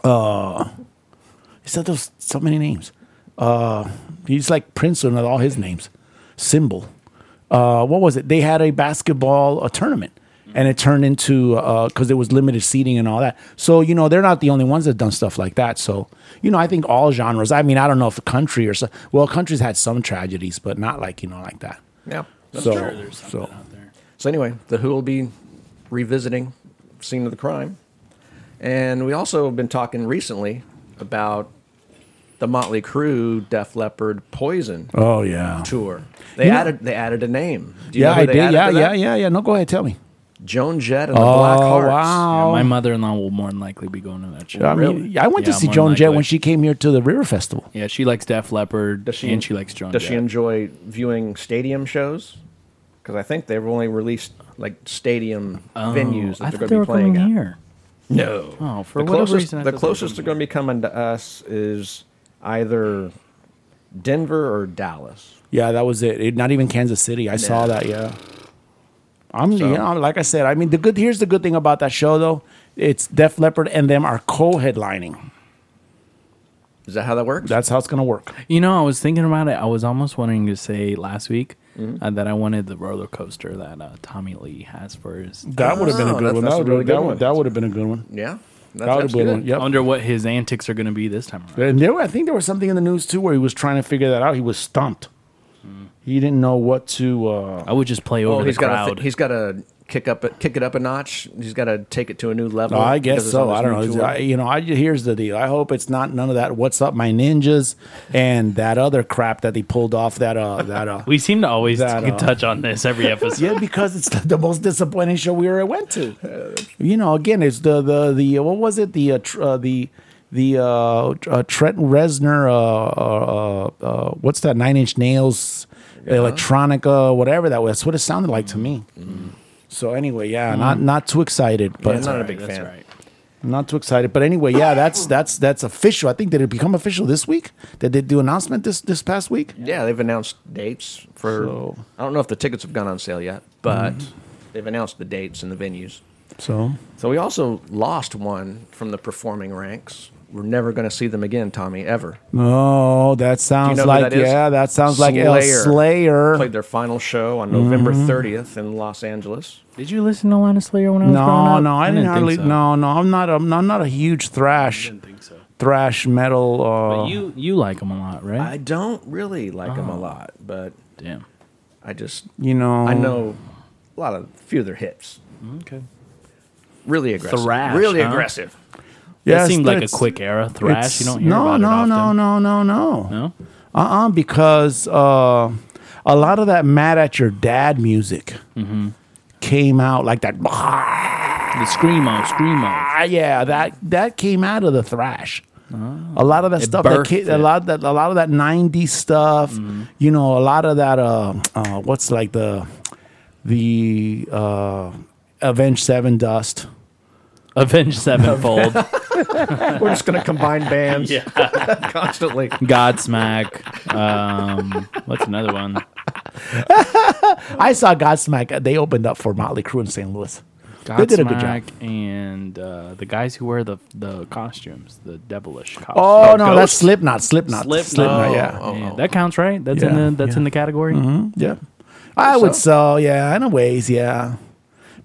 Speaker 1: uh, he said those so many names. Uh, he's like Princeton with all his names. Symbol. Uh, what was it? They had a basketball a tournament, and it turned into because there was limited seating and all that. So you know they're not the only ones that done stuff like that. So you know I think all genres. I mean I don't know if country or so, well country's had some tragedies, but not like you know like that.
Speaker 5: Yeah.
Speaker 1: so
Speaker 4: There's something
Speaker 1: so
Speaker 4: out there.
Speaker 5: So anyway, the Who will be revisiting scene of the crime, and we also have been talking recently about the Motley Crue, Def Leppard, Poison
Speaker 1: oh yeah.
Speaker 5: tour. They
Speaker 1: You know-
Speaker 5: added they added a name. Do you
Speaker 1: Yeah,
Speaker 5: know who
Speaker 1: I
Speaker 5: they
Speaker 1: did.
Speaker 5: added
Speaker 1: Yeah,
Speaker 5: to
Speaker 1: yeah,
Speaker 5: that?
Speaker 1: yeah, yeah. No, go ahead. Tell me.
Speaker 5: Joan Jett and the Black
Speaker 4: Oh,
Speaker 5: Hearts.
Speaker 1: wow.
Speaker 5: oh.
Speaker 4: My mother-in-law will more than likely be going to that show.
Speaker 1: I mean,
Speaker 5: Really?
Speaker 1: I went to
Speaker 4: Yeah,
Speaker 1: see
Speaker 4: more
Speaker 1: Joan
Speaker 4: than
Speaker 1: Jett
Speaker 4: likely.
Speaker 1: when she came here to the River Festival.
Speaker 4: Yeah, she likes Def Leppard, and she likes John.
Speaker 5: Does she
Speaker 4: Jett.
Speaker 5: enjoy viewing stadium shows? Because I think they've only released like stadium venues that
Speaker 4: Oh, I thought
Speaker 5: they're going
Speaker 4: they
Speaker 5: to
Speaker 4: were
Speaker 5: be playing
Speaker 4: coming
Speaker 5: at.
Speaker 4: here.
Speaker 5: No.
Speaker 4: Oh, for whatever
Speaker 5: the closest,
Speaker 4: reason, I thought they
Speaker 5: the
Speaker 4: were
Speaker 5: closest
Speaker 4: coming
Speaker 5: they're going to be coming to us is either Denver or Dallas.
Speaker 1: Yeah, that was it. it not even Kansas City. I saw that. Yeah. I'm
Speaker 5: So-
Speaker 1: yeah. I'm- Like I said, I mean, the good here's the good thing about that show though. It's Def Leppard and them are co-headlining.
Speaker 5: Is that how that works?
Speaker 1: That's how it's gonna work.
Speaker 4: You know, I was thinking about it. I was almost wanting to say last week
Speaker 5: Mm-hmm.
Speaker 4: uh, that I wanted the roller coaster that uh, Tommy Lee has for his.
Speaker 1: That would have been a
Speaker 5: Oh,
Speaker 1: good
Speaker 5: that's-
Speaker 1: one. Ah, That
Speaker 5: that's a
Speaker 1: would
Speaker 5: really
Speaker 1: that
Speaker 5: good
Speaker 1: would
Speaker 5: one.
Speaker 1: that would have been a good one.
Speaker 5: yeah. That's,
Speaker 1: That would have
Speaker 5: that's
Speaker 1: been
Speaker 5: good.
Speaker 1: one. Yep.
Speaker 4: I wonder what his antics are going to be this time around.
Speaker 1: And there, were- I think there was something in the news too where he was trying to figure that out. He was stumped. He didn't know what to. Uh,
Speaker 4: I would just play
Speaker 5: Oh,
Speaker 4: over the
Speaker 5: he's got
Speaker 4: crowd.
Speaker 5: to he's got to kick up kick it up a notch. He's got to take it to a new level.
Speaker 1: Oh, I guess
Speaker 5: because it's on
Speaker 1: so.
Speaker 5: this
Speaker 1: I don't
Speaker 5: new
Speaker 1: know.
Speaker 5: tour.
Speaker 1: I, you know, I here's the deal. I hope it's not none of that. What's up, my ninjas, and that other crap that they pulled off. That uh, that uh.
Speaker 4: we seem to always
Speaker 1: That, uh,
Speaker 4: touch on this every episode.
Speaker 1: Yeah, because it's the, the most disappointing show we ever went to. You know, again, it's the the the uh, what was it? The uh, tr- uh, the the uh, tr- uh, Trent Reznor. Uh, uh, uh, uh, what's that? Nine Inch Nails, electronica, whatever that was. That's what it sounded like to me. So anyway, yeah, not not too excited, but
Speaker 5: I'm not a big
Speaker 4: That's
Speaker 5: fan.
Speaker 4: right.
Speaker 1: Not too excited, but anyway, yeah, that's that's that's official. I think did it become official this week? Did they do announcement this this past week?
Speaker 5: Yeah, they've announced dates for.
Speaker 1: So- Mm-hmm.
Speaker 5: I don't know if the tickets have gone on sale yet, but they've announced the dates and the venues.
Speaker 1: So
Speaker 5: So we also lost one from the performing ranks. We're never going to see them again, Tommy, ever.
Speaker 1: oh, that sounds
Speaker 5: know who
Speaker 1: like
Speaker 5: that is?
Speaker 1: yeah, that sounds like El Slayer. Mm-hmm.
Speaker 5: Played their final show on November 30th in Los Angeles.
Speaker 4: Did you listen to Lana Slayer when I was growing
Speaker 1: no,
Speaker 4: up?
Speaker 1: no, I, didn't, hardly.
Speaker 4: think so.
Speaker 1: No, no, I'm not. A, I'm not- I'm not a huge thrash,
Speaker 4: think so.
Speaker 1: thrash metal. Uh,
Speaker 4: But you you like him a lot, right?
Speaker 5: I don't really like them
Speaker 1: Oh.
Speaker 5: a lot, but
Speaker 4: Damn.
Speaker 5: I just
Speaker 1: you know,
Speaker 5: I know a lot of few of their hits.
Speaker 4: Okay.
Speaker 5: Really aggressive.
Speaker 4: Thrash,
Speaker 5: really
Speaker 4: huh?
Speaker 5: aggressive.
Speaker 1: Yeah,
Speaker 4: that seemed like a
Speaker 1: it's-
Speaker 4: quick era thrash. You
Speaker 1: it's-
Speaker 4: don't hear
Speaker 1: no,
Speaker 4: about
Speaker 1: no,
Speaker 4: it
Speaker 1: no,
Speaker 4: often.
Speaker 1: no, no, no,
Speaker 4: No.
Speaker 1: Uh-uh, because uh, a lot of that mad at your dad music
Speaker 4: Mm-hmm.
Speaker 1: came out like that.
Speaker 4: The screamo, screamo.
Speaker 1: Ah, Yeah, that that came out of the thrash. A lot of that stuff,
Speaker 4: birthed
Speaker 1: that came, a
Speaker 4: it. Mm-hmm.
Speaker 1: lot of that, a lot of that '90s stuff. You know, a lot of that. Uh, uh, what's like the the uh, Avenged Seven Dust.
Speaker 4: Avenged Sevenfold,
Speaker 5: We're just going to combine bands constantly.
Speaker 4: Godsmack. Um, what's another one?
Speaker 1: I saw Godsmack. They opened up for Motley Crue in St. Louis. They did a good job.
Speaker 4: Godsmack and uh, the guys who wear the the costumes, the devilish costumes.
Speaker 1: Oh, no, that's Slipknot. Slipknot.
Speaker 4: Slipknot.
Speaker 1: yeah.
Speaker 5: Oh,
Speaker 4: Yeah,
Speaker 5: oh.
Speaker 4: that counts, right? That's in
Speaker 1: Yeah,
Speaker 4: the that's
Speaker 1: yeah. Mm-hmm.
Speaker 4: in the category.
Speaker 1: Yeah. I would so, yeah, in a ways, yeah.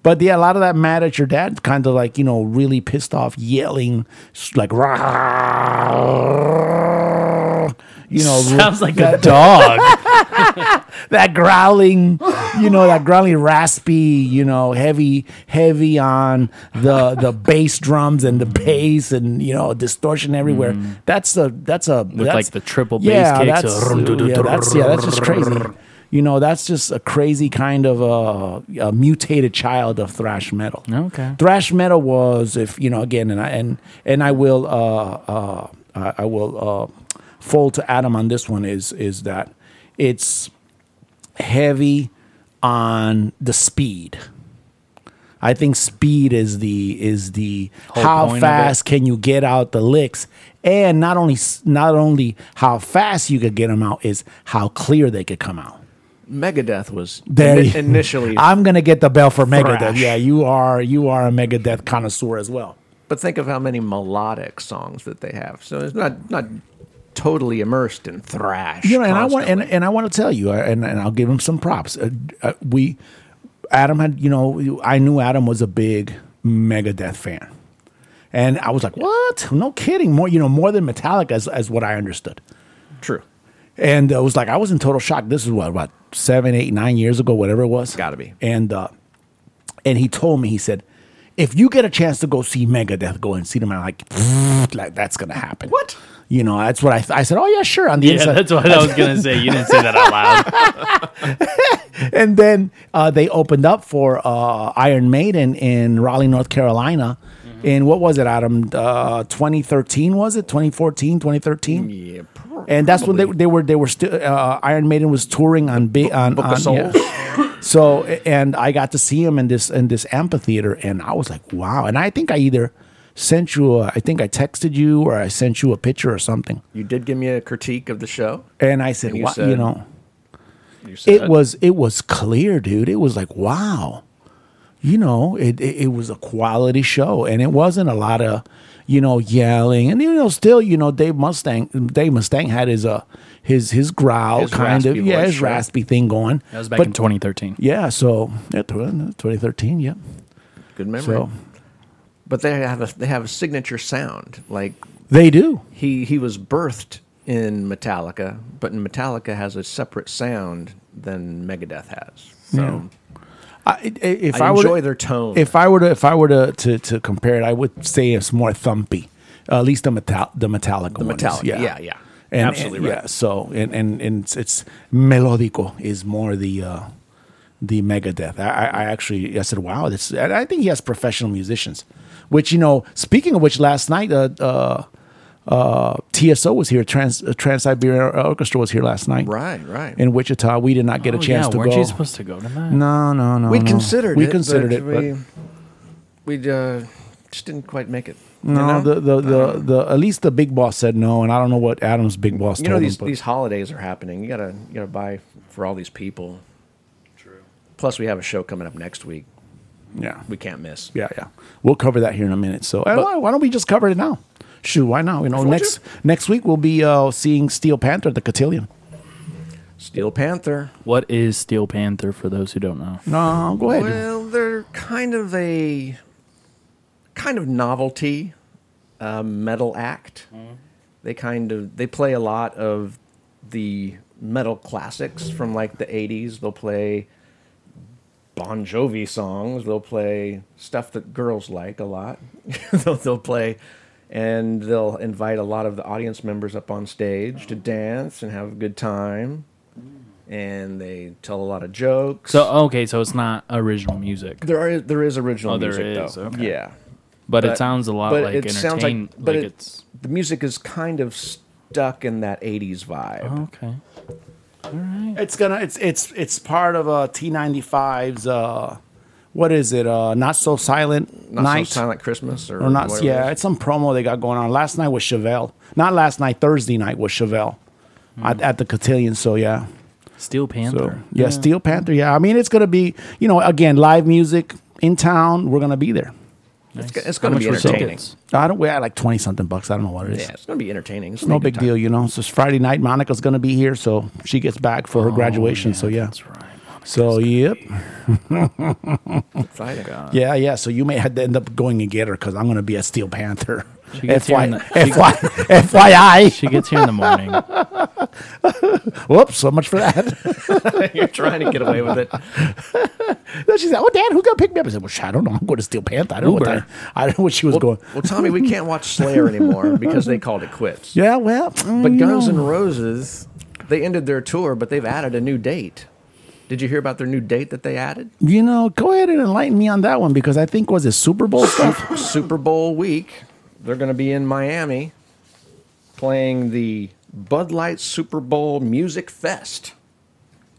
Speaker 1: But yeah, a lot of that mad at your dad, kind of like, you know, really pissed off, yelling, s- like, rah, you know,
Speaker 4: Sounds like a
Speaker 1: that,
Speaker 4: dog.
Speaker 1: that growling, you know, that growling, raspy, you know, heavy, heavy on the the bass drums and the
Speaker 4: Mm.
Speaker 1: bass and you know distortion everywhere. That's a that's a with
Speaker 4: like the triple bass
Speaker 1: yeah,
Speaker 4: kicks,
Speaker 1: That's,
Speaker 4: uh,
Speaker 1: yeah, that's yeah, that's just crazy. You know, that's just a crazy kind of uh, a mutated child of thrash metal.
Speaker 4: Okay.
Speaker 1: thrash metal was if you know again, and I and and I will uh, uh, I I will uh, fold to Adam on this one is is that it's heavy on the speed. I think speed is the is the
Speaker 4: Whole
Speaker 1: how
Speaker 4: point of it.
Speaker 1: fast can you get out the licks and not only s- not only how fast you could get them out is how clear they could come out.
Speaker 5: Megadeth was
Speaker 1: There
Speaker 5: ini-
Speaker 1: you-
Speaker 5: initially,
Speaker 1: I'm gonna get the bell for Megadeth.
Speaker 5: Thrash.
Speaker 1: Yeah, you are you are a Megadeth connoisseur as well.
Speaker 5: but think of how many melodic songs that they have. So it's not not totally immersed in thrash.
Speaker 1: You know, and I want and,
Speaker 5: constantly.
Speaker 1: and I want to tell you, uh, and, and I'll give him some props. Uh, uh, we, Adam had, you know, I knew Adam was a big Megadeth fan, and I was like, what? No kidding. More, you know, more than Metallica as as what I understood,
Speaker 5: true,
Speaker 1: and uh, it was like I was in total shock. This is what about seven, eight, nine years ago, whatever it was.
Speaker 5: Gotta be.
Speaker 1: And uh, and he told me, he said. If you get a chance to go see Megadeth, go and see them. I'm like, like that's gonna happen.
Speaker 5: What?
Speaker 1: You know, that's what I. Th- I said, oh yeah, sure. On the
Speaker 4: Yeah,
Speaker 1: inside.
Speaker 4: that's what I was gonna say. You didn't say that out loud.
Speaker 1: and then uh, they opened up for uh, Iron Maiden in Raleigh, North Carolina.
Speaker 5: Mm-hmm.
Speaker 1: In what was it, Adam? Uh, 2013 was it? 2014, 2013?
Speaker 5: Mm,
Speaker 1: Yeah. And that's when they, they were they were still uh, Iron Maiden was touring on big on,
Speaker 5: Book of
Speaker 1: on
Speaker 5: Souls?
Speaker 1: yeah. so and I got to see him in this in this amphitheater and I was like wow and I think I either sent you a, I think I texted you or I sent you a picture or something
Speaker 5: you did give me a critique of the show.
Speaker 1: and I said
Speaker 5: And you
Speaker 1: wow you
Speaker 5: said-
Speaker 1: know
Speaker 5: You said,
Speaker 1: it was it was clear, dude. It was like wow, you know, it it, it was a quality show, and it wasn't a lot of you know yelling, and you know, still you know, Dave Mustang Dave Mustang had his uh his his growl
Speaker 5: His
Speaker 1: kind of
Speaker 5: raspy
Speaker 1: yeah
Speaker 5: voice,
Speaker 1: his
Speaker 5: sure.
Speaker 1: raspy thing going.
Speaker 4: That was back
Speaker 1: But-
Speaker 4: in 2013.
Speaker 1: Yeah, so yeah, tw- 2013, yeah.
Speaker 5: good memory.
Speaker 1: So
Speaker 5: But they have a they have a signature sound. Like
Speaker 1: they do.
Speaker 5: he he was birthed in Metallica, but Metallica has a separate sound than Megadeth has. So
Speaker 1: I, i- if
Speaker 5: I,
Speaker 1: I,
Speaker 5: enjoy
Speaker 1: were to,
Speaker 5: their tone.
Speaker 1: if I were to if I were to, to to compare it, I would say it's more thumpy. Uh, at least the metal the metallic the
Speaker 5: Metallica, yeah, yeah.
Speaker 1: and,
Speaker 5: Absolutely
Speaker 1: and-
Speaker 5: right.
Speaker 1: Yeah, so and and, and it's, it's melodico is more the uh, the Megadeth. I, I, I actually I said wow this and I think he has professional musicians, which you know speaking of which last night uh, uh, uh, TSO was here Trans uh, Trans Siberian Orchestra was here last night
Speaker 5: Right, right.
Speaker 1: in Wichita we did not get a
Speaker 4: Oh,
Speaker 1: chance
Speaker 4: yeah,
Speaker 1: to
Speaker 4: weren't
Speaker 1: go
Speaker 4: you supposed to go to that?
Speaker 1: no no no
Speaker 5: we
Speaker 1: no.
Speaker 5: considered
Speaker 1: we
Speaker 5: it,
Speaker 1: considered
Speaker 5: but
Speaker 1: it but-
Speaker 5: we we uh, just didn't quite make it. you
Speaker 1: No,
Speaker 5: know? Uh-huh.
Speaker 1: the, the, the, the at least the big boss said no, and I don't know what Adam's big boss
Speaker 5: you
Speaker 1: told
Speaker 5: know these
Speaker 1: him. but-
Speaker 5: these holidays are happening. You gotta you gotta buy for all these people. True. Plus, we have a show coming up next week.
Speaker 1: yeah,
Speaker 5: We can't miss.
Speaker 1: yeah, yeah. We'll cover that here in a minute. So uh, why- why don't we just cover it now? Shoot, why not? You know,
Speaker 5: Why don't
Speaker 1: next next week we'll be uh, seeing Steel Panther at the Cotillion.
Speaker 5: Steel Panther.
Speaker 4: What is Steel Panther for those who don't know?
Speaker 1: No, go ahead.
Speaker 5: Well, they're kind of a kind of novelty uh, metal act. They kind of they play a lot of the metal classics from like the '80s. They'll play Bon Jovi songs. They'll play stuff that girls like a lot. they'll, they'll play, and they'll invite a lot of the audience members up on stage to dance and have a good time. And they tell a lot of jokes.
Speaker 4: So Oh, okay, so it's not original music,
Speaker 5: There are there is original
Speaker 4: Oh, there
Speaker 5: music
Speaker 4: is,
Speaker 5: though.
Speaker 4: okay.
Speaker 5: Yeah,
Speaker 4: but,
Speaker 5: but-
Speaker 4: it sounds a lot
Speaker 5: but
Speaker 4: like
Speaker 5: it
Speaker 4: entertain.
Speaker 5: sounds like- but
Speaker 4: like
Speaker 5: it-
Speaker 4: it's
Speaker 5: the music is kind of stuck in that '80s
Speaker 1: Oh.
Speaker 5: vibe.
Speaker 4: okay.
Speaker 1: It's gonna it's it's it's part of uh, T95's uh, what is it? Uh, not so silent
Speaker 5: Not
Speaker 1: night
Speaker 5: so silent Christmas or,
Speaker 1: or not?
Speaker 5: whatever it
Speaker 1: Yeah,
Speaker 5: is.
Speaker 1: it's some promo they got going on. Last night was Chevelle. Not last night. Thursday night was Chevelle
Speaker 5: Hmm.
Speaker 1: at, at the Cotillion. So yeah.
Speaker 4: Steel
Speaker 1: So
Speaker 4: Panther.
Speaker 1: yeah, Steel Panther. Yeah, I mean it's gonna be you know again live music in town. We're gonna be there.
Speaker 4: Nice.
Speaker 5: g- it's
Speaker 4: How
Speaker 5: gonna
Speaker 4: much
Speaker 5: be
Speaker 4: were
Speaker 5: entertaining.
Speaker 4: tickets?
Speaker 1: I don't. We had like twenty something bucks. I don't know what it is.
Speaker 5: yeah, it's gonna be entertaining. It's
Speaker 1: no big deal, you know. So it's Friday night. Monica's gonna be here, so she gets back for her graduation. so yeah.
Speaker 4: Oh, That's right.
Speaker 1: So yep.
Speaker 5: Friday.
Speaker 1: Yeah, yeah. So you may have to end up going and get her because I'm gonna be a Steel Panther.
Speaker 4: She gets here
Speaker 1: FY,
Speaker 4: in the-
Speaker 1: FY, FYI.
Speaker 4: She gets here in the morning.
Speaker 1: Whoops, so much for that.
Speaker 5: You're trying to get away with it.
Speaker 1: Then she said, Oh, Dad, who's going to pick me up? I said, Well, shit, I don't know. I'm going to Steel Panther. I don't know what
Speaker 4: Uber.
Speaker 1: time. I don't know what she was going.
Speaker 5: Well, Tommy, we can't watch Slayer anymore because they called it quits.
Speaker 1: Yeah, well. mm,
Speaker 5: But
Speaker 1: you
Speaker 5: Guns
Speaker 1: know.
Speaker 5: N' Roses, they ended their tour, but they've added a new date. Did you hear about their new date that they added?
Speaker 1: You know, go ahead and enlighten me on that one because I think was it Super Bowl stuff.
Speaker 5: Super Bowl week. They're going to be in Miami playing the Bud Light Super Bowl Music Fest.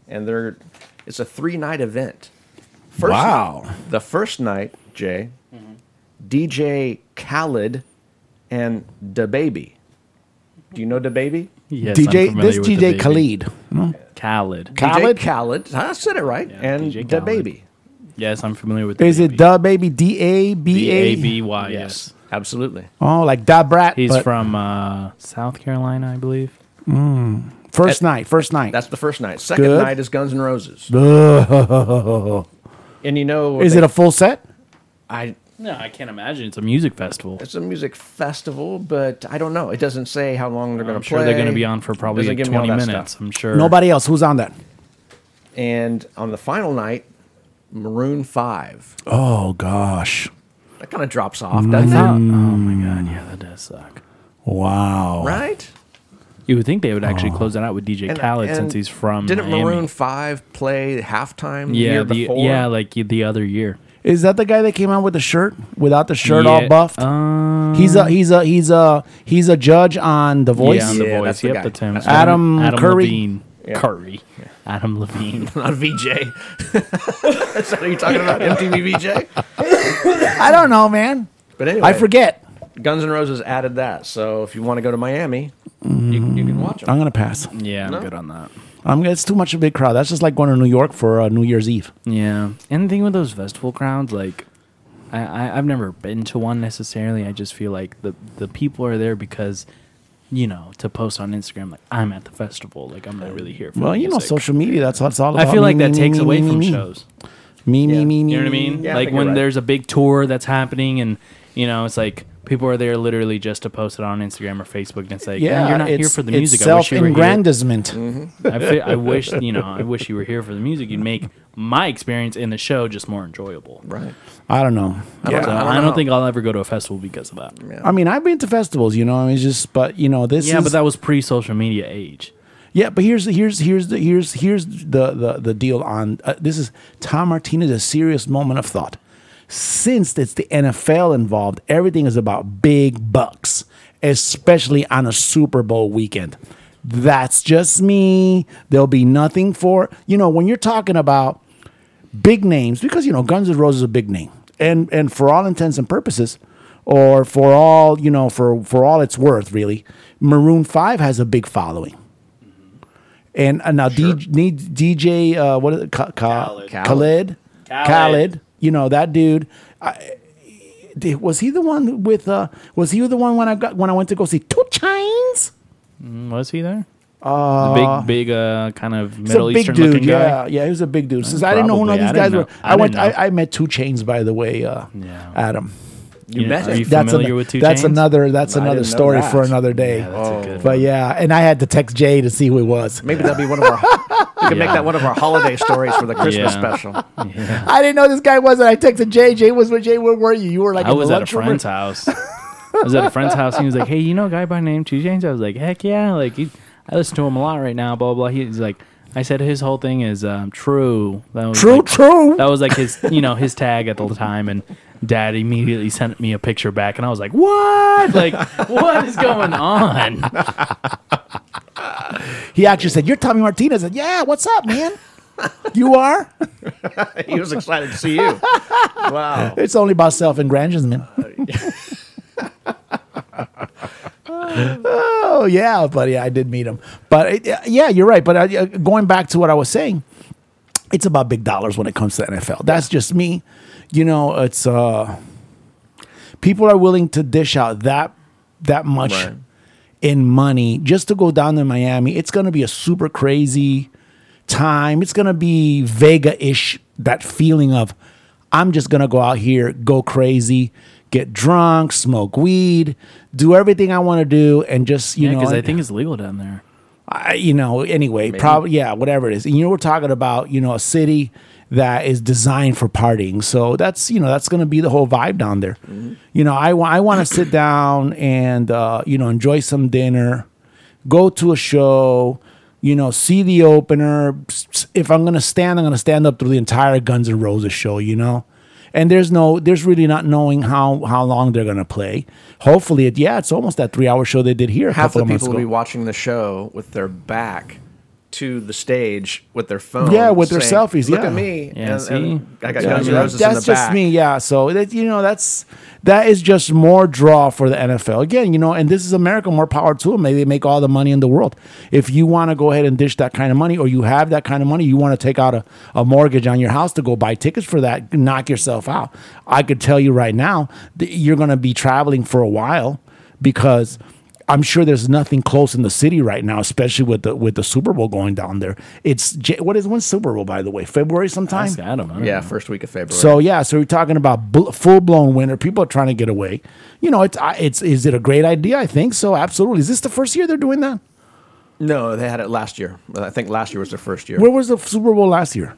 Speaker 5: And they're it's a three-night event. First, The first night,
Speaker 4: Mm-hmm.
Speaker 5: Jay, DJ Khaled and DaBaby Do you know the baby?
Speaker 4: Yes, I'm
Speaker 1: DJ,
Speaker 4: familiar
Speaker 1: this
Speaker 4: with the
Speaker 1: DJ
Speaker 4: baby.
Speaker 1: Khalid. No?
Speaker 4: Khalid.
Speaker 1: Khaled?
Speaker 5: DJ Khaled. I said it right. and
Speaker 4: DJ
Speaker 5: the
Speaker 4: Khaled.
Speaker 5: baby.
Speaker 4: Yes, I'm familiar with.
Speaker 1: Is it Da Baby? D A
Speaker 5: E
Speaker 1: B
Speaker 4: A
Speaker 1: A?
Speaker 4: B Y? Yes,
Speaker 5: Absolutely.
Speaker 1: Oh, like Da Brat.
Speaker 4: he's
Speaker 1: but
Speaker 4: from uh, South Carolina, I believe.
Speaker 1: first night. First night.
Speaker 5: That's the first night. Second
Speaker 1: Good.
Speaker 5: night is Guns N' Roses. and you know,
Speaker 1: Is it a full set?
Speaker 5: I,
Speaker 4: No, I can't imagine. It's a music festival.
Speaker 5: it's a music festival, but I don't know. It doesn't say how long they're going
Speaker 4: I'm
Speaker 5: to
Speaker 4: sure
Speaker 5: play.
Speaker 4: they're going to be on for probably
Speaker 5: Doesn't
Speaker 4: like
Speaker 5: give me all
Speaker 4: 20
Speaker 5: that
Speaker 4: minutes.
Speaker 5: stuff.
Speaker 4: I'm sure.
Speaker 1: Nobody else. Who's on that?
Speaker 5: And on the final night, Maroon Five.
Speaker 1: Oh gosh!
Speaker 5: That kind of drops off, doesn't
Speaker 4: Oh, oh my god, yeah, that does suck.
Speaker 1: Wow.
Speaker 5: it? Right.
Speaker 4: You would think they would actually close that out with DJ
Speaker 5: Oh. And-
Speaker 4: Khaled
Speaker 5: and
Speaker 4: since he's from
Speaker 5: Didn't
Speaker 4: Miami.
Speaker 5: Maroon Five play halftime the
Speaker 4: yeah,
Speaker 5: year
Speaker 4: the,
Speaker 5: before?
Speaker 4: yeah, like the other year.
Speaker 1: Is that the guy that came out with the shirt without the shirt all
Speaker 4: Yeah,
Speaker 1: buffed?
Speaker 4: Um,
Speaker 1: he's a he's a he's a he's a judge on The Voice.
Speaker 4: Yeah, on the
Speaker 5: Yeah,
Speaker 4: voice.
Speaker 5: that's the
Speaker 4: Yep,
Speaker 5: guy.
Speaker 4: that's him.
Speaker 5: That's
Speaker 1: Adam Curry.
Speaker 4: Levine.
Speaker 5: Yeah.
Speaker 4: Curry. Adam Levine.
Speaker 5: Not VJ. That's what you're talking about. MTV VJ.
Speaker 1: I don't know, man.
Speaker 5: But anyway,
Speaker 1: I forget.
Speaker 5: Guns N' Roses added that, so if you want to go to Miami, you, you can watch them.
Speaker 1: I'm gonna pass.
Speaker 4: Yeah, I'm good on that.
Speaker 1: I'm. It's too much of a big crowd. That's just like going to New York for uh, New Year's Eve.
Speaker 4: Yeah. And the thing with those festival crowds, like, I, I, I've never been to one necessarily. I just feel like the, the people are there because, you know, to post on Instagram, like, I'm at the festival. Like, I'm not really here for
Speaker 1: Well,
Speaker 4: the
Speaker 1: you know,
Speaker 4: music.
Speaker 1: social media. Mm-hmm. That's what it's all
Speaker 4: I
Speaker 1: about.
Speaker 4: feel like
Speaker 1: Me,
Speaker 4: that
Speaker 1: me,
Speaker 4: takes
Speaker 1: me,
Speaker 4: away
Speaker 1: me,
Speaker 4: from
Speaker 1: me.
Speaker 4: shows.
Speaker 1: Me, me, me, me.
Speaker 4: You know what I mean?
Speaker 5: Yeah, I
Speaker 4: like
Speaker 5: think
Speaker 4: when
Speaker 5: you're right.
Speaker 4: there's a big tour that's happening, and you know, it's like people are there literally just to post it on Instagram or Facebook, and it's like, yeah, you're not here
Speaker 1: it's-
Speaker 4: for the
Speaker 1: it's
Speaker 4: music. I wish you were here. Mm-hmm.
Speaker 1: self-aggrandizement.
Speaker 4: I, fe- I wish you know, I wish you were here for the music. You'd make my experience in the show just more enjoyable.
Speaker 5: Right.
Speaker 1: I don't know. I,
Speaker 5: don't
Speaker 4: So
Speaker 5: know.
Speaker 4: I don't,
Speaker 5: know.
Speaker 4: think I'll ever go to a festival because of that.
Speaker 1: mean, I've been to festivals. You know, I mean, it's just but you know this.
Speaker 4: Yeah,
Speaker 1: is,
Speaker 4: but that was pre-social media age.
Speaker 1: Yeah, but here's here's here's the here's here's the the, the deal on uh, this is Tom Martinez a serious moment of thought. Since it's the NFL involved, everything is about big bucks, especially on a Super Bowl weekend. That's just me. There'll be nothing for you know when you're talking about big names because you know Guns N' Roses is a big name, and and for all intents and purposes, or for all you know for for all it's worth, really, Maroon Five has a big following. And uh, now DJ, need DJ uh, what is it? Ka- Ka-
Speaker 4: Khaled.
Speaker 1: Khaled.
Speaker 4: Khaled.
Speaker 1: Khaled. You know that dude. I, did- was he the one with? Uh, was he the one when I got when I went to go see Two Chains?
Speaker 4: Was he there? Uh, the big, big, uh, kind of Middle
Speaker 1: He's a
Speaker 4: Eastern
Speaker 1: big dude.
Speaker 4: looking guy.
Speaker 1: Yeah, yeah, he was a big dude. Since I didn't know who none of
Speaker 4: Probably.
Speaker 1: these
Speaker 4: I
Speaker 1: guys
Speaker 4: didn't
Speaker 1: were,
Speaker 4: know. I
Speaker 1: I, went. I,
Speaker 4: didn't know.
Speaker 1: I met Two Chains by the way, uh,
Speaker 4: Yeah.
Speaker 1: Adam.
Speaker 5: You
Speaker 4: You know,
Speaker 5: bet.
Speaker 4: are you
Speaker 1: That's
Speaker 4: familiar
Speaker 1: an-
Speaker 4: with two
Speaker 1: That's
Speaker 4: Chainz?
Speaker 1: another. That's
Speaker 5: I
Speaker 1: another
Speaker 5: didn't know
Speaker 1: story
Speaker 5: that.
Speaker 1: for another day.
Speaker 4: Yeah, that's a good.
Speaker 1: but yeah, and I had to text Jay to see who it was.
Speaker 5: Maybe that'd be one of our. We could
Speaker 4: Yeah.
Speaker 5: make that one of our holiday stories for the Christmas
Speaker 4: Yeah.
Speaker 5: special.
Speaker 1: I didn't know this guy was, and I texted Jay. Jay was with Jay. Where were you? You were like
Speaker 4: I
Speaker 1: in the
Speaker 4: was at a
Speaker 1: lunchroom or-
Speaker 4: friend's house. I was at a friend's house, and he was like, "Hey, you know a guy by name Two Chains?" I was like, "Heck yeah!" Like, he, I listen to him a lot right now. Blah blah. blah. He's like, I said his whole thing is um, true. That was
Speaker 1: True,
Speaker 4: like-
Speaker 1: true.
Speaker 4: That was like his, you know, his tag at the time, and Dad immediately sent me a picture back, and I was like, "What? Like, what is going on?"
Speaker 1: He actually said, "You're Tommy Martinez." I said, "Yeah, what's up, man? you are."
Speaker 5: he was excited to see you. Wow.
Speaker 1: It's only about self-aggrandizement. oh yeah, buddy, I did meet him. But uh, yeah, you're right. But uh, going back to what I was saying, it's about big dollars when it comes to the NFL. That's just me. You know, it's uh, people are willing to dish out that that much
Speaker 5: Right.
Speaker 1: in money just to go down to Miami. It's going to be a super crazy time. It's going to be Vega ish, that feeling of, I'm just going to go out here, go crazy, get drunk, smoke weed, do everything I want to do, and just, you
Speaker 4: Yeah,
Speaker 1: know,
Speaker 4: because I
Speaker 1: and-
Speaker 4: think it's legal down there.
Speaker 1: I, you know, anyway, probably, yeah, whatever it is. And you know, we're talking about, you know, a city that is designed for partying. So that's, you know, that's going to be the whole vibe down there.
Speaker 5: Mm-hmm.
Speaker 1: You know, I, wa- I want to sit down and, uh, you know, enjoy some dinner, go to a show, you know, see the opener. S- s- If I'm going to stand, I'm going to stand up through the entire Guns N' Roses show, you know? And there's no, there's really not knowing how how long they're gonna play. Hopefully, it, yeah, it's almost that three hour show they did here. A
Speaker 5: Half
Speaker 1: couple
Speaker 5: the
Speaker 1: of months
Speaker 5: people will
Speaker 1: ago.
Speaker 5: be watching the show with their back to the stage with their phone.
Speaker 1: Yeah, with their selfies,
Speaker 5: Look
Speaker 1: yeah.
Speaker 5: at me.
Speaker 4: Yeah,
Speaker 5: and, and I got Guns N'
Speaker 1: that-
Speaker 5: Roses in
Speaker 1: that's
Speaker 5: the
Speaker 1: just
Speaker 5: back.
Speaker 1: me yeah so that you know that's that is just more draw for the nfl again you know and this is america more power to them they make all the money in the world if you want to go ahead and dish that kind of money or you have that kind of money you want to take out a, a mortgage on your house to go buy tickets for that knock yourself out i could tell you right now that you're going to be traveling for a while because I'm sure there's nothing close in the city right now, especially with the with the Super Bowl going down there. It's J- what is when Super Bowl by the way, February sometime.
Speaker 4: Ask Adam. I don't
Speaker 5: Yeah,
Speaker 4: know.
Speaker 5: first week of February.
Speaker 1: So yeah, so we're talking about bl- full blown winter. People are trying to get away. You know, it's I- it's is it a great idea? I think so. Absolutely. Is this the first year they're doing that?
Speaker 5: no, they had it last year. Well, I think last year was their first year.
Speaker 1: Where was the Super Bowl last year?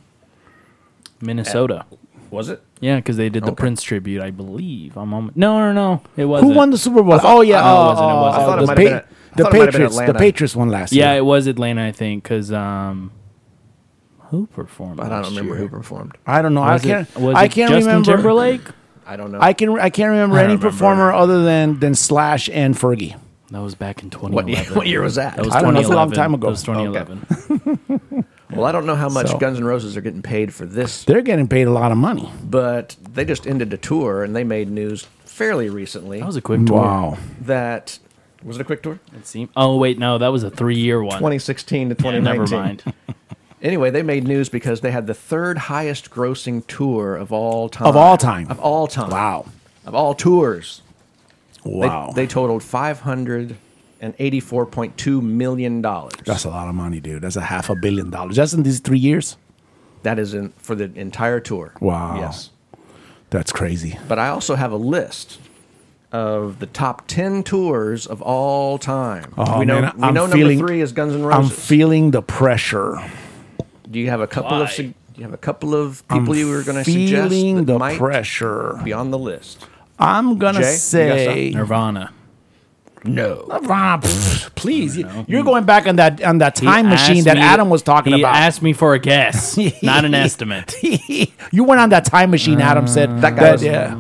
Speaker 4: Minnesota.
Speaker 5: was it?
Speaker 4: Yeah, because they did the Prince tribute, I believe. I'm on, no, no, no. It wasn't.
Speaker 1: Who won the Super Bowl? oh yeah,
Speaker 4: I know it
Speaker 1: oh,
Speaker 4: wasn't, it
Speaker 1: oh,
Speaker 4: wasn't. I
Speaker 1: oh,
Speaker 5: thought it
Speaker 1: the,
Speaker 5: might have been
Speaker 1: Pa-
Speaker 5: at- I
Speaker 1: the
Speaker 5: thought it might have been
Speaker 1: Patriots. The
Speaker 5: Atlanta.
Speaker 1: Patriots won last
Speaker 4: Yeah,
Speaker 1: year.
Speaker 4: it was Atlanta, I think, because um, who performed?
Speaker 5: I don't
Speaker 4: last
Speaker 5: remember
Speaker 4: year?
Speaker 5: who performed.
Speaker 1: I don't know.
Speaker 4: Was
Speaker 1: I can't.
Speaker 4: it, was
Speaker 1: I
Speaker 4: it
Speaker 1: can't
Speaker 4: Justin
Speaker 1: remember.
Speaker 4: Timberlake?
Speaker 5: I don't know.
Speaker 1: I can. I can't remember
Speaker 5: I
Speaker 1: any
Speaker 5: don't remember.
Speaker 1: performer other than than Slash and Fergie.
Speaker 4: That was back in 2011.
Speaker 5: what, year, what year was that?
Speaker 4: That was
Speaker 1: I don't know, it's a long
Speaker 4: 2011.
Speaker 1: time ago.
Speaker 4: That was 2011.
Speaker 5: well, I don't know how much
Speaker 1: So-
Speaker 5: Guns N' Roses are getting paid for this,
Speaker 1: They're getting paid a lot of money.
Speaker 5: but they just ended a tour and they made news fairly recently
Speaker 4: That was a quick tour.
Speaker 1: Wow.
Speaker 5: that was it a quick tour?
Speaker 4: It seemed, oh wait, no, that was a three-year one.
Speaker 5: 2016 to
Speaker 4: Yeah,
Speaker 5: 2019.
Speaker 4: never mind.
Speaker 5: Anyway, they made news because they had the third highest grossing tour of all time.
Speaker 1: Of all time.
Speaker 5: Of all time.
Speaker 1: Wow.
Speaker 5: Of all tours. They-
Speaker 1: Wow.
Speaker 5: They, totaled $584.2 million.
Speaker 1: That's a lot of money, dude. That's a half a billion dollars. That's in these three years.
Speaker 5: That is in, for the entire tour.
Speaker 1: Wow.
Speaker 5: Yes.
Speaker 1: That's crazy.
Speaker 5: But I also have a list of the top 10 tours of all time.
Speaker 1: Oh,
Speaker 5: we know,
Speaker 1: man,
Speaker 5: we
Speaker 1: I'm
Speaker 5: know number
Speaker 1: feeling-
Speaker 5: three is Guns N'
Speaker 1: I'm
Speaker 5: Roses.
Speaker 1: feeling the pressure.
Speaker 5: Do you have a couple of
Speaker 4: Why?
Speaker 5: sug- do you have a couple of people you were going to suggest
Speaker 1: Feeling
Speaker 5: that
Speaker 1: the
Speaker 5: might
Speaker 1: pressure.
Speaker 5: be on the list?
Speaker 1: I'm gonna
Speaker 5: Jay, you got
Speaker 1: say
Speaker 4: Nirvana.
Speaker 5: No.
Speaker 1: Nirvana. pff, Please, you- you're going back on that on that time machine that Adam was talking
Speaker 4: he
Speaker 1: about.
Speaker 4: asked me for a guess, not an estimate.
Speaker 1: you went on that time machine. Adam said
Speaker 5: Uh, That guy was- Mm.
Speaker 1: yeah,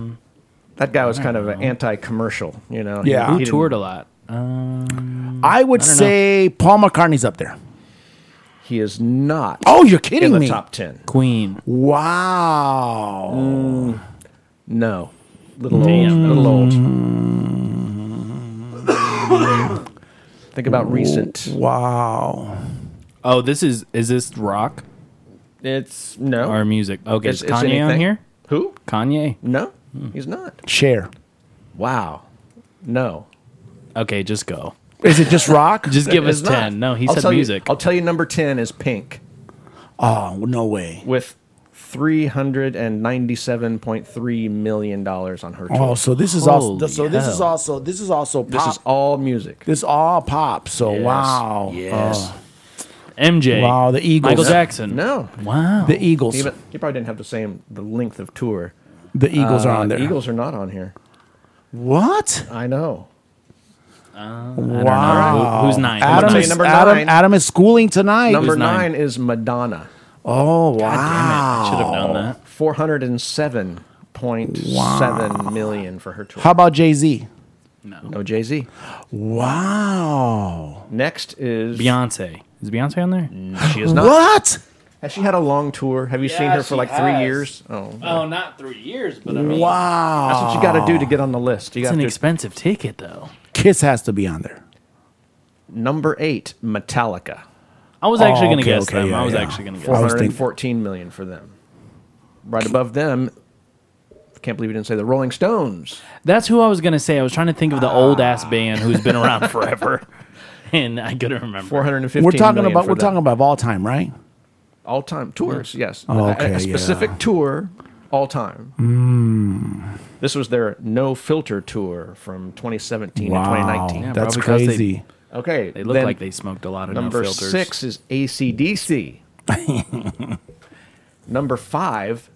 Speaker 5: That guy was kind of an anti-commercial, you know.
Speaker 1: Yeah. Who
Speaker 5: He- he
Speaker 4: Who
Speaker 5: didn't-
Speaker 4: toured a lot? Uh,
Speaker 1: I would say Paul McCartney's up there.
Speaker 5: He is not
Speaker 1: Oh, you're
Speaker 5: in
Speaker 1: kidding
Speaker 5: the
Speaker 1: me!
Speaker 5: top Mm. ten.
Speaker 4: Queen.
Speaker 1: Wow.
Speaker 5: No, little
Speaker 1: Mm.
Speaker 4: Damn.
Speaker 5: old, little old. Think about recent.
Speaker 1: Wow.
Speaker 4: Oh, this is is this rock
Speaker 5: It's no.
Speaker 4: or music? Okay,
Speaker 5: It's-
Speaker 4: is
Speaker 5: it's
Speaker 4: Kanye on
Speaker 5: anything.
Speaker 4: here? Hmm.
Speaker 5: Who?
Speaker 4: Kanye.
Speaker 5: No, he's not.
Speaker 1: Chair.
Speaker 5: Wow. No.
Speaker 4: Okay, just go.
Speaker 1: Is it just rock?
Speaker 4: Just give us
Speaker 5: It's not.
Speaker 4: ten. No, he
Speaker 5: I'll
Speaker 4: said
Speaker 5: tell you-
Speaker 4: music.
Speaker 5: I'll tell you, number ten is Pink
Speaker 1: oh no way.
Speaker 5: with three hundred and ninety-seven point three million dollars on her tour.
Speaker 1: Oh, so this is also
Speaker 4: Holy
Speaker 1: so this is
Speaker 4: hell.
Speaker 1: also this is also pop.
Speaker 5: this is all music.
Speaker 1: This all pop. So
Speaker 5: Yes.
Speaker 1: wow.
Speaker 5: Yes.
Speaker 1: Oh.
Speaker 4: MJ.
Speaker 1: Wow, the Eagles.
Speaker 4: Michael
Speaker 1: No.
Speaker 4: Jackson.
Speaker 5: no.
Speaker 4: Wow.
Speaker 1: the Eagles.
Speaker 5: He, he probably didn't have the same the length of tour.
Speaker 1: the Eagles are
Speaker 5: Uh,
Speaker 1: on there.
Speaker 5: Eagles are not on here.
Speaker 1: What?
Speaker 5: I know.
Speaker 1: Wow.
Speaker 4: Who- who's nine?
Speaker 1: Adam
Speaker 4: Who's nine?
Speaker 1: is
Speaker 5: Number
Speaker 1: Adam,
Speaker 5: nine.
Speaker 1: Adam is schooling tonight.
Speaker 5: Number
Speaker 4: Who's nine?
Speaker 5: nine. is Madonna.
Speaker 1: oh wow.
Speaker 4: Should have known that.
Speaker 5: Four hundred and seven point seven million for her tour. Oh,
Speaker 1: How about Jay Z?
Speaker 5: no Jay Z.
Speaker 1: Wow.
Speaker 5: Next is
Speaker 4: Beyonce. Is Beyonce on there?
Speaker 5: She is not.
Speaker 1: What?
Speaker 5: Has she had a long tour? Have you seen
Speaker 4: Yeah,
Speaker 5: her for
Speaker 4: she
Speaker 5: like three
Speaker 4: has.
Speaker 5: years? Oh,
Speaker 4: not three years, but I
Speaker 5: that's
Speaker 1: Wow.
Speaker 5: what you got to do to get on the list. You
Speaker 4: It's
Speaker 5: got
Speaker 4: an
Speaker 5: to
Speaker 4: expensive ticket, though.
Speaker 1: Kiss has to be on there.
Speaker 5: number eight Metallica.
Speaker 4: I was actually going to
Speaker 1: Oh, okay,
Speaker 4: guess
Speaker 1: okay,
Speaker 4: them.
Speaker 1: yeah,
Speaker 4: I was
Speaker 1: yeah.
Speaker 4: actually going to
Speaker 5: Four
Speaker 1: I
Speaker 4: guess.
Speaker 1: was
Speaker 5: hundred
Speaker 1: thinking-
Speaker 5: and fourteen million for them. Right above them. Can't believe you didn't say the Rolling Stones.
Speaker 4: That's who I was going to say. I was trying to think of the old ass
Speaker 1: Ah.
Speaker 4: band who's been around forever, and I couldn't remember.
Speaker 5: Four hundred and fifteen.
Speaker 1: We're talking
Speaker 5: million
Speaker 1: about
Speaker 5: for
Speaker 1: we're
Speaker 5: them.
Speaker 1: talking about all time, right?
Speaker 5: all time tours. Yes,
Speaker 1: Oh,
Speaker 5: A-
Speaker 1: okay,
Speaker 5: a, specific
Speaker 1: yeah.
Speaker 5: tour all time.
Speaker 1: Mm.
Speaker 5: This was their no filter tour from 2017 to
Speaker 1: Wow.
Speaker 5: 2019.
Speaker 1: That's
Speaker 4: probably 'cause they-
Speaker 1: crazy.
Speaker 5: Okay,
Speaker 4: They look
Speaker 5: then
Speaker 4: like they smoked a lot of
Speaker 5: Number
Speaker 4: no filters.
Speaker 5: six is ACDC. number five.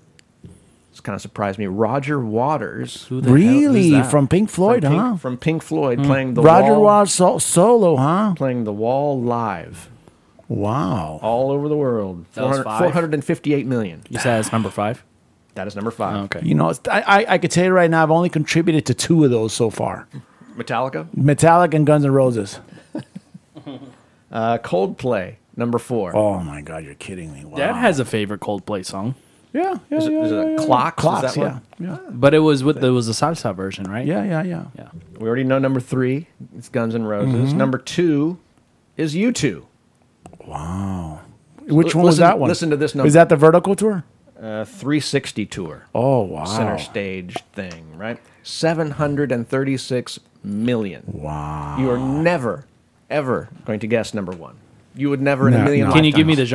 Speaker 5: It's kind of surprised me. Roger Waters
Speaker 4: Who the hell is
Speaker 1: Really?
Speaker 4: that?
Speaker 1: From Pink Floyd,
Speaker 5: from,
Speaker 1: huh?
Speaker 5: Pink, from Pink Floyd
Speaker 4: Hmm.
Speaker 5: playing the
Speaker 1: Roger
Speaker 5: wall,
Speaker 1: Waters so- solo, huh?
Speaker 5: playing the Wall live
Speaker 1: Wow.
Speaker 5: all over the world.
Speaker 4: That was
Speaker 5: 400
Speaker 4: five?
Speaker 5: 458 million.
Speaker 4: you said it's number five.
Speaker 5: That is number five.
Speaker 4: Okay.
Speaker 1: You know, it's- I, I I could tell you right now, I've only contributed to two of those so far:
Speaker 5: Metallica.
Speaker 1: Metallica and Guns N' Roses.
Speaker 5: Uh, Coldplay, Number four.
Speaker 1: Oh my God, you're kidding me! Wow.
Speaker 4: Dad has a favorite Coldplay song,
Speaker 1: yeah, yeah,
Speaker 5: Is it-
Speaker 1: yeah,
Speaker 5: is it
Speaker 1: yeah,
Speaker 5: a
Speaker 1: yeah.
Speaker 5: Clocks? Is
Speaker 1: Clocks,
Speaker 5: that
Speaker 1: yeah,
Speaker 5: one?
Speaker 1: yeah,
Speaker 4: but it was with the was the salsa version, right?
Speaker 1: yeah, yeah, yeah.
Speaker 4: yeah.
Speaker 5: We already know number three. It's Guns N' Roses.
Speaker 1: Mm-hmm.
Speaker 5: Number two is U2.
Speaker 1: Which
Speaker 5: L-
Speaker 1: one was
Speaker 5: listen-
Speaker 1: that one?
Speaker 5: listen to this number.
Speaker 1: Is that the vertical tour?
Speaker 5: Uh, 360 tour.
Speaker 1: Oh wow!
Speaker 5: Center stage thing, right? 736 million.
Speaker 1: Wow.
Speaker 5: You are never, ever going to guess number one. You would never in
Speaker 1: No,
Speaker 5: a million
Speaker 1: no.
Speaker 4: Can you give me
Speaker 5: lifetimes.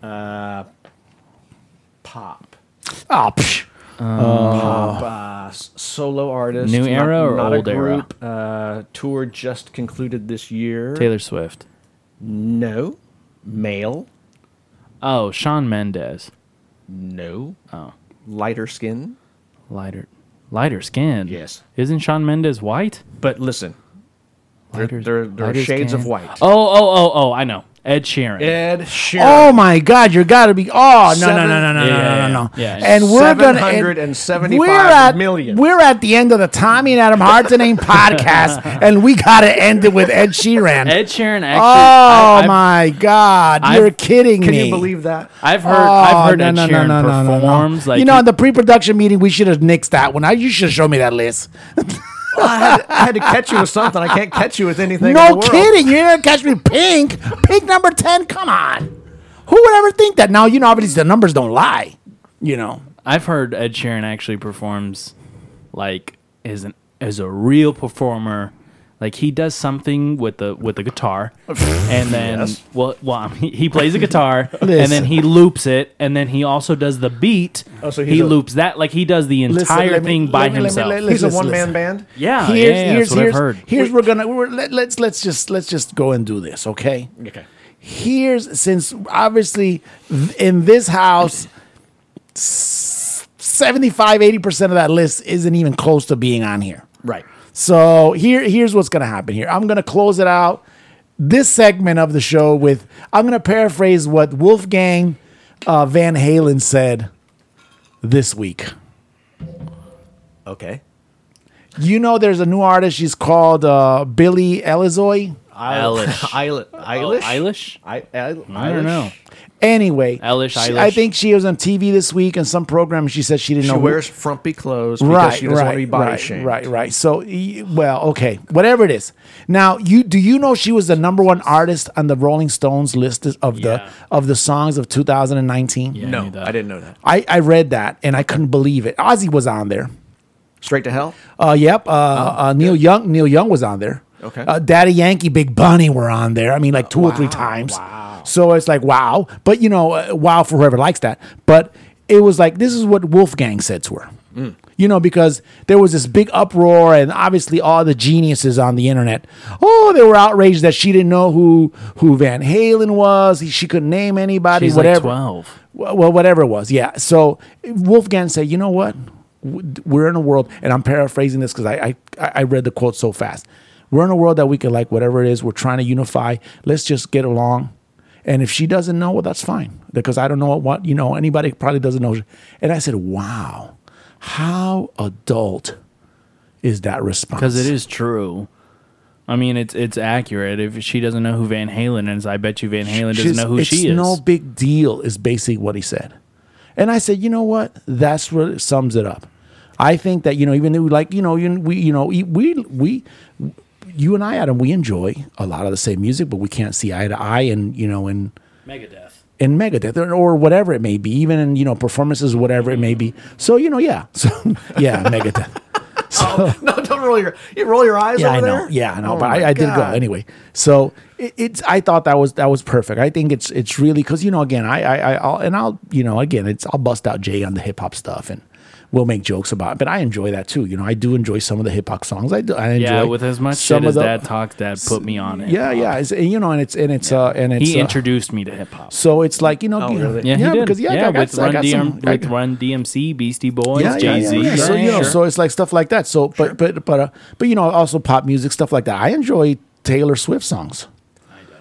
Speaker 4: the genre?
Speaker 5: pop?
Speaker 1: Oh, psh.
Speaker 5: uh, s- solo artist.
Speaker 4: New
Speaker 5: not-
Speaker 4: era or
Speaker 5: not
Speaker 4: old
Speaker 5: a
Speaker 4: era?
Speaker 5: group. Uh, tour just concluded this year.
Speaker 4: Taylor Swift.
Speaker 5: No. Male.
Speaker 4: Oh, Sean Mendez.
Speaker 5: No. Oh. Lighter skin.
Speaker 4: Lighter, lighter skin.
Speaker 5: Yes.
Speaker 4: Isn't Sean Mendez white?
Speaker 5: But listen,
Speaker 4: Lighter,
Speaker 5: there- there are shades of white.
Speaker 4: Oh, oh, oh, oh! I know. Ed Sheeran.
Speaker 5: Ed Sheeran.
Speaker 1: Oh my God! You got to be. Oh no no no no no
Speaker 4: Seven-
Speaker 1: no no no!
Speaker 4: Yeah, yeah, yeah.
Speaker 1: And we're gonna and
Speaker 5: 775
Speaker 1: we're at
Speaker 5: million.
Speaker 1: we're at the end of the Tommy and Adam Hard to Name podcast, and we got to end it with Ed Sheeran.
Speaker 4: Ed Sheeran. Actually,
Speaker 1: oh
Speaker 4: I, I've,
Speaker 1: my God!
Speaker 4: I've-
Speaker 1: You're kidding
Speaker 5: Can
Speaker 1: me.
Speaker 5: you believe that?
Speaker 4: I've heard. I've
Speaker 1: Oh,
Speaker 4: heard Ed Sheeran performs. Like
Speaker 1: you know,
Speaker 4: he-
Speaker 1: in the pre-production meeting, we should have nixed that one. I, you should have shown me that list.
Speaker 5: I had to catch you with something. I can't catch you with anything. in the
Speaker 1: no
Speaker 5: world.
Speaker 1: kidding. You're gonna catch me pink. Pink number ten. Come on. Who would ever think that? Now you know, obviously the numbers don't lie. You know.
Speaker 4: I've heard Ed Sheeran actually performs like as an as a real performer. Like he does something with the with the guitar, and then
Speaker 5: Yes.
Speaker 4: well, well, I mean, he plays a guitar, and
Speaker 1: Listen.
Speaker 4: then he loops it, and then he also does the beat.
Speaker 5: Oh, so he's
Speaker 4: he
Speaker 5: a-
Speaker 4: loops that like he does the
Speaker 1: Listen,
Speaker 4: entire
Speaker 1: let me-
Speaker 4: thing
Speaker 1: let
Speaker 4: by
Speaker 1: me- let me-
Speaker 4: himself.
Speaker 1: let-
Speaker 5: He's a
Speaker 1: Listen,
Speaker 5: one man
Speaker 1: listen.
Speaker 5: band.
Speaker 4: yeah, yeah,
Speaker 1: here's
Speaker 4: yeah,
Speaker 1: here's
Speaker 4: that's what
Speaker 1: here's,
Speaker 4: I've heard.
Speaker 1: here's we're gonna we're, let, let's let's just let's just go and do this, okay?
Speaker 5: Okay.
Speaker 1: Here's since obviously th- in this house. 75 80% of that list isn't even close to being on here.
Speaker 5: Right.
Speaker 1: So here, here's what's gonna happen here. I'm gonna close it out this segment of the show with I'm gonna paraphrase what Wolfgang uh, Van Halen said this week.
Speaker 5: Okay.
Speaker 1: You know, there's a new artist. She's called uh, Billie Elizoy.
Speaker 4: Eilish.
Speaker 5: Eilish.
Speaker 4: Oh,
Speaker 5: Eilish.
Speaker 4: Eilish?
Speaker 5: I, I, I don't
Speaker 4: I don't know.
Speaker 1: Anyway,
Speaker 4: Eilish,
Speaker 1: she-
Speaker 4: Eilish.
Speaker 1: I think she was on TV this week in some program. And she said she didn't
Speaker 5: She
Speaker 1: know who-
Speaker 5: wears frumpy clothes because she doesn't want to be body
Speaker 1: right,
Speaker 5: shamed.
Speaker 1: Right, right. So, y- well, okay, whatever it is. Now, you do you know she was the number one artist on the Rolling Stones list of the
Speaker 4: Yeah.
Speaker 1: of the songs of 2019?
Speaker 4: Yeah, I
Speaker 5: No,
Speaker 4: knew that.
Speaker 5: I didn't know that.
Speaker 1: I, I read that and I couldn't believe it. Ozzy was on there.
Speaker 5: Straight to hell.
Speaker 1: Uh, yep. Uh, uh, Neil Young. Neil Young was on there.
Speaker 5: Okay.
Speaker 1: Uh, Daddy Yankee, Big Bunny were on there. I mean, like two or three times. Wow. So it's like wow, but you know, uh, wow for whoever likes that. But it was like this is what Wolfgang said to her. You know, because there was this big uproar, and obviously all the geniuses on the internet, oh, they were outraged that she didn't know who who Van Halen was. He- She couldn't name anybody.
Speaker 4: She's
Speaker 1: whatever
Speaker 4: like twelve.
Speaker 1: well, well, whatever it was. Yeah. So Wolfgang said, you know what? W- We're in a world, and I'm paraphrasing this because I, I I I read the quote so fast. We're in a world that we could like whatever it is. We're trying to unify. Let's just get along. And if she doesn't know, well, that's fine because I don't know what, what you know. Anybody probably doesn't know. And I said, wow, how adult is that response?
Speaker 4: Because it is true. I mean, it's it's accurate. If she doesn't know who Van Halen is, I bet you Van Halen doesn't
Speaker 1: She's-
Speaker 4: know who
Speaker 1: it's
Speaker 4: she is.
Speaker 1: No big deal is basically what he said. And I said, you know what? That's what sums it up. I think that you know, even though like you know, you, we you know, we we you and I, Adam, we enjoy a lot of the same music, but we can't see eye to eye, and you know, and
Speaker 4: Megadeth.
Speaker 1: in Megadeth or, or whatever it may be, even in you know performances, whatever it may be. So you know, yeah, so yeah, Megadeth.
Speaker 5: Oh, No, don't roll your you roll your eyes
Speaker 1: Yeah,
Speaker 5: over
Speaker 1: I know.
Speaker 5: there.
Speaker 1: Yeah, I know.
Speaker 5: Oh
Speaker 1: but
Speaker 5: my
Speaker 1: I, I did go
Speaker 5: God.
Speaker 1: anyway. So it, it's. I thought that was that was perfect. I think it's it's really because you know again I I I- I'll, and I'll you know again it's I'll bust out Jay on the hip hop stuff and we'll make jokes about it. But I enjoy that too. You know I do enjoy some of the hip hop songs. I do. I enjoy
Speaker 4: Yeah, with as much
Speaker 1: some
Speaker 4: shit
Speaker 1: of
Speaker 4: as
Speaker 1: the-
Speaker 4: dad talks, dad put me on it.
Speaker 1: Yeah, yeah. It's, and, you know, and it's and it's uh and it's
Speaker 4: he
Speaker 1: uh,
Speaker 4: introduced me to hip hop.
Speaker 1: so it's like you know
Speaker 5: Oh, really?
Speaker 4: Yeah, he did.
Speaker 1: because yeah, I got,
Speaker 4: with
Speaker 1: I
Speaker 4: Run
Speaker 1: got some,
Speaker 4: DM,
Speaker 1: I
Speaker 4: with
Speaker 1: got-
Speaker 4: Run DMC, Beastie Boys,
Speaker 1: yeah, yeah,
Speaker 4: Jay
Speaker 1: yeah,
Speaker 4: Z.
Speaker 1: yeah. So, you know, so it's like stuff like that. So, but but but uh, but you know, also pop music stuff like that. I enjoy Taylor Swift songs.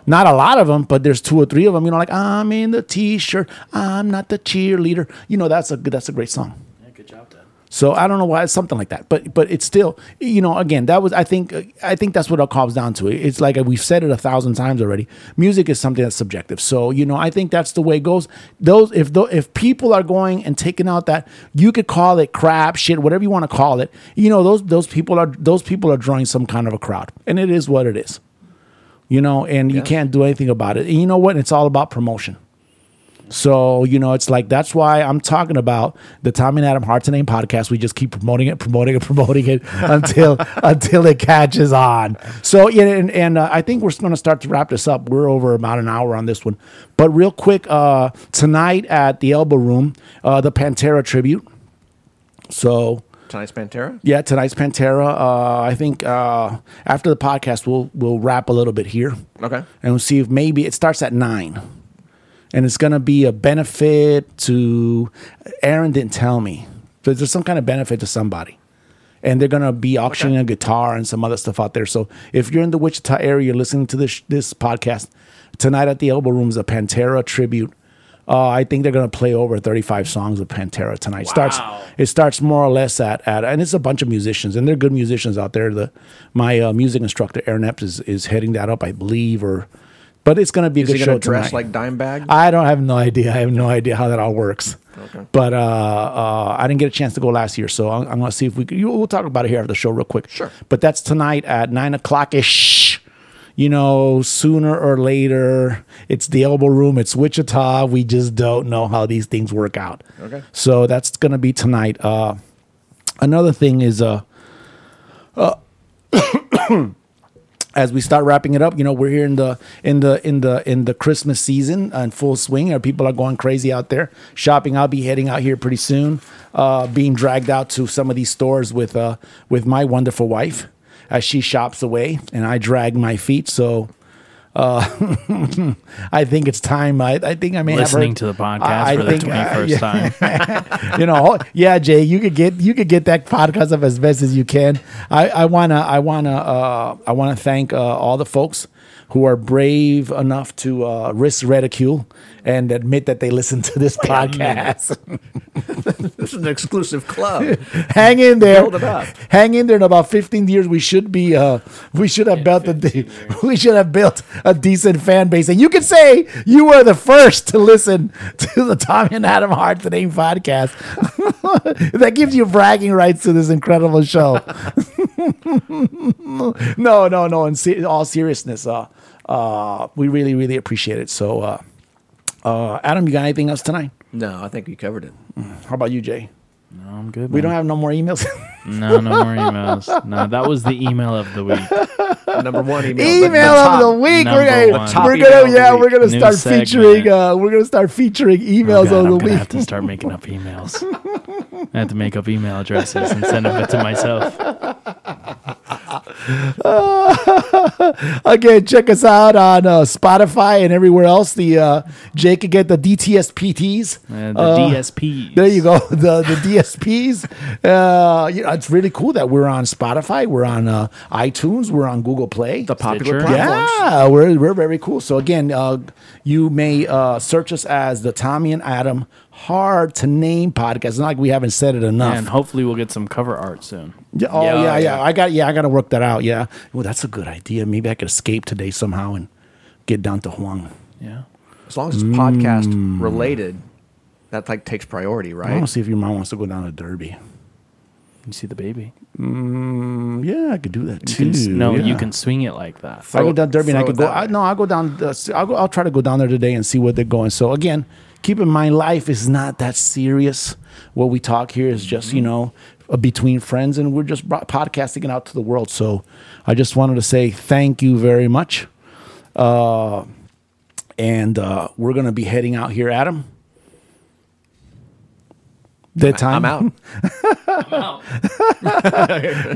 Speaker 1: Not a lot of them, but there's two or three of them. You know, like I'm in the T-shirt, I'm not the cheerleader. You know, that's a that's a great song.
Speaker 4: good job, Dad.
Speaker 1: So I don't know why it's something like that, but but it's still you know again that was I think I think that's what it comes down to. It's like we've said it a thousand times already. Music is something that's subjective, so you know I think that's the way it goes. Those if tho- if people are going and taking out that you could call it crap shit whatever you want to call it, you know those those people are those people are drawing some kind of a crowd, and it is what it is you know, and you can't do anything about it. And you know what? It's all about promotion. So, you know, it's like that's why I'm talking about the Tom and Adam Hard to Name podcast. We just keep promoting it, promoting it, promoting it until until it catches on. So, yeah, and, and uh, I think we're going to start to wrap this up. We're over about an hour on this one. But real quick, uh, tonight at the Elbow Room, uh, the Pantera tribute. So,
Speaker 5: Tonight's Pantera.
Speaker 1: yeah, tonight's Pantera. Uh, I think uh, after the podcast, we'll we'll wrap a little bit here.
Speaker 5: Okay.
Speaker 1: and we'll see if maybe it starts at nine, and it's gonna be a benefit to. Aaron didn't tell me, but there's some kind of benefit to somebody, and they're gonna be auctioning a guitar and some other stuff out there. So if you're in the Wichita area, you're listening to this this podcast tonight at the Elbow Room is a Pantera tribute. Uh, I think they're gonna play over 35 songs of Pantera tonight. Starts it starts more or less at, at and it's a bunch of musicians and they're good musicians out there. The my uh, music instructor Aaron Epps is is heading that up, I believe, or but it's going to be a
Speaker 5: Is
Speaker 1: good
Speaker 5: he
Speaker 1: show
Speaker 5: gonna dress
Speaker 1: tonight.
Speaker 5: like Dimebag?
Speaker 1: I don't I have no idea. I have no idea how that all works. But uh, uh, I didn't get a chance to go last year, so I'm, I'm going to see if we could, you, we'll talk about it here after the show real quick.
Speaker 5: Sure.
Speaker 1: But that's tonight at nine o'clock ish. You know, sooner or later, it's the elbow room. It's Wichita. We just don't know how these things work out. Okay. So that's going to be tonight. Uh, another thing is uh, as we start wrapping it up, you know, we're here in the in the in the in the Christmas season uh, in full swing. Our people are going crazy out there shopping. I'll be heading out here pretty soon, uh, being dragged out to some of these stores with uh, with my wonderful wife as she shops away and I drag my feet. So. Uh, I think it's time. I, I think I may
Speaker 4: Listening
Speaker 1: have
Speaker 4: to
Speaker 1: her,
Speaker 4: the podcast
Speaker 1: I- I
Speaker 4: for the
Speaker 1: think, uh,
Speaker 4: twenty first
Speaker 1: yeah
Speaker 4: time.
Speaker 1: you know, yeah, Jay, you could get you could get that podcast up as best as you can. I, I wanna I wanna uh, I wanna thank uh, all the folks who are brave enough to uh, risk ridicule and admit that they listen to this podcast.
Speaker 5: This is an exclusive club.
Speaker 1: hang in there,
Speaker 5: Build it up.
Speaker 1: hang in there. In about fifteen years, we should be uh, we should have built a de- we should have built a decent fan base, and you can say you were the first to listen to the Tom and Adam Hart Today podcast. that gives you bragging rights to this incredible show. no, no, no. In se- all seriousness, uh, uh, we really, really appreciate it. So, uh, uh, Adam, you got anything else tonight?
Speaker 5: no, I think you covered it.
Speaker 1: How about you, Jay?
Speaker 4: No, I'm good.
Speaker 1: We
Speaker 5: Mm.
Speaker 1: don't have no more emails.
Speaker 4: have no no more emails. No, that was the email of the week.
Speaker 5: Number one email. the- the
Speaker 1: email of the
Speaker 5: top.
Speaker 1: week. We're
Speaker 4: number one.
Speaker 1: gonna,
Speaker 4: The top
Speaker 1: we're
Speaker 5: email of
Speaker 1: gonna
Speaker 5: the
Speaker 1: yeah,
Speaker 5: week.
Speaker 1: we're gonna
Speaker 4: New
Speaker 1: start
Speaker 4: segment.
Speaker 1: featuring uh, we're gonna start featuring
Speaker 4: Oh,
Speaker 1: emails
Speaker 4: God, I'm
Speaker 1: of the
Speaker 4: gonna
Speaker 1: week.
Speaker 4: have to start making up emails. I have to make up email addresses and send them to myself. Uh,
Speaker 1: Again, check us out on uh, Spotify and everywhere else. The uh, Jay could get the DTSPTs.
Speaker 4: Uh, the
Speaker 1: Uh,
Speaker 4: DSP.
Speaker 1: There you go. The the DSPs. Uh, you know, it's really cool that we're on Spotify. We're on uh, iTunes. We're on Google Play.
Speaker 5: The popular
Speaker 4: Stitcher.
Speaker 5: platforms.
Speaker 1: Yeah, we're, we're very cool. So again, uh, you may uh, search us as the Tommy and Adam Hard to Name Podcast. It's not like we haven't said it enough.
Speaker 4: And hopefully we'll get some cover art soon.
Speaker 1: Yeah, oh yeah, yeah,
Speaker 5: Yeah, yeah.
Speaker 1: I got yeah, I got to work that out. Yeah. Well, that's a good idea. Maybe I could escape today somehow and get down to Huang.
Speaker 4: Yeah.
Speaker 5: As long as it's podcast
Speaker 1: Mm.
Speaker 5: related, that like takes priority,
Speaker 1: I want
Speaker 5: right?
Speaker 1: to see if your mom wants to go down to Derby.
Speaker 4: You see the baby.
Speaker 1: Mm, Yeah, I could do that
Speaker 4: You can s-
Speaker 1: too.
Speaker 4: no,
Speaker 1: yeah.
Speaker 4: you can swing it like that.
Speaker 1: I go
Speaker 5: throw-
Speaker 1: down Derby and I
Speaker 5: throw
Speaker 1: could
Speaker 5: it
Speaker 1: go.
Speaker 5: that
Speaker 1: I,
Speaker 5: way.
Speaker 1: no, I'll go down. Uh, s- I'll go. I'll try to go down there today and see where they're going. So again, keep in mind, life is not that serious. What we talk here is just
Speaker 5: Mm-hmm.
Speaker 1: you know uh, between friends, and we're just bro- podcasting it out to the world. So I just wanted to say thank you very much. Uh, and uh, we're gonna be heading out here, Adam. That time
Speaker 5: I'm out.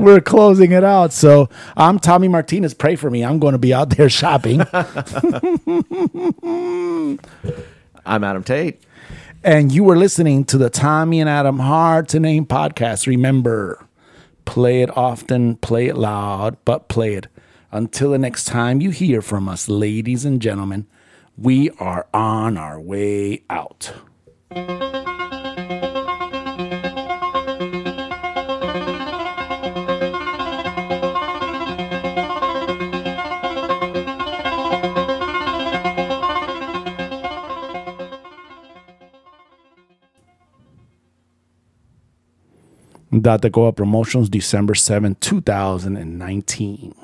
Speaker 1: we're closing it out. So I'm Tommy Martinez. Pray for me. I'm going to be out there shopping.
Speaker 5: I'm Adam Tate.
Speaker 1: And you were listening to the Tommy and Adam Hard to Name podcast. Remember, play it often, play it loud, but play it. Until the next time you hear from us, ladies and gentlemen, we are on our way out. Dot Decoa Promotions, December 7, 2019.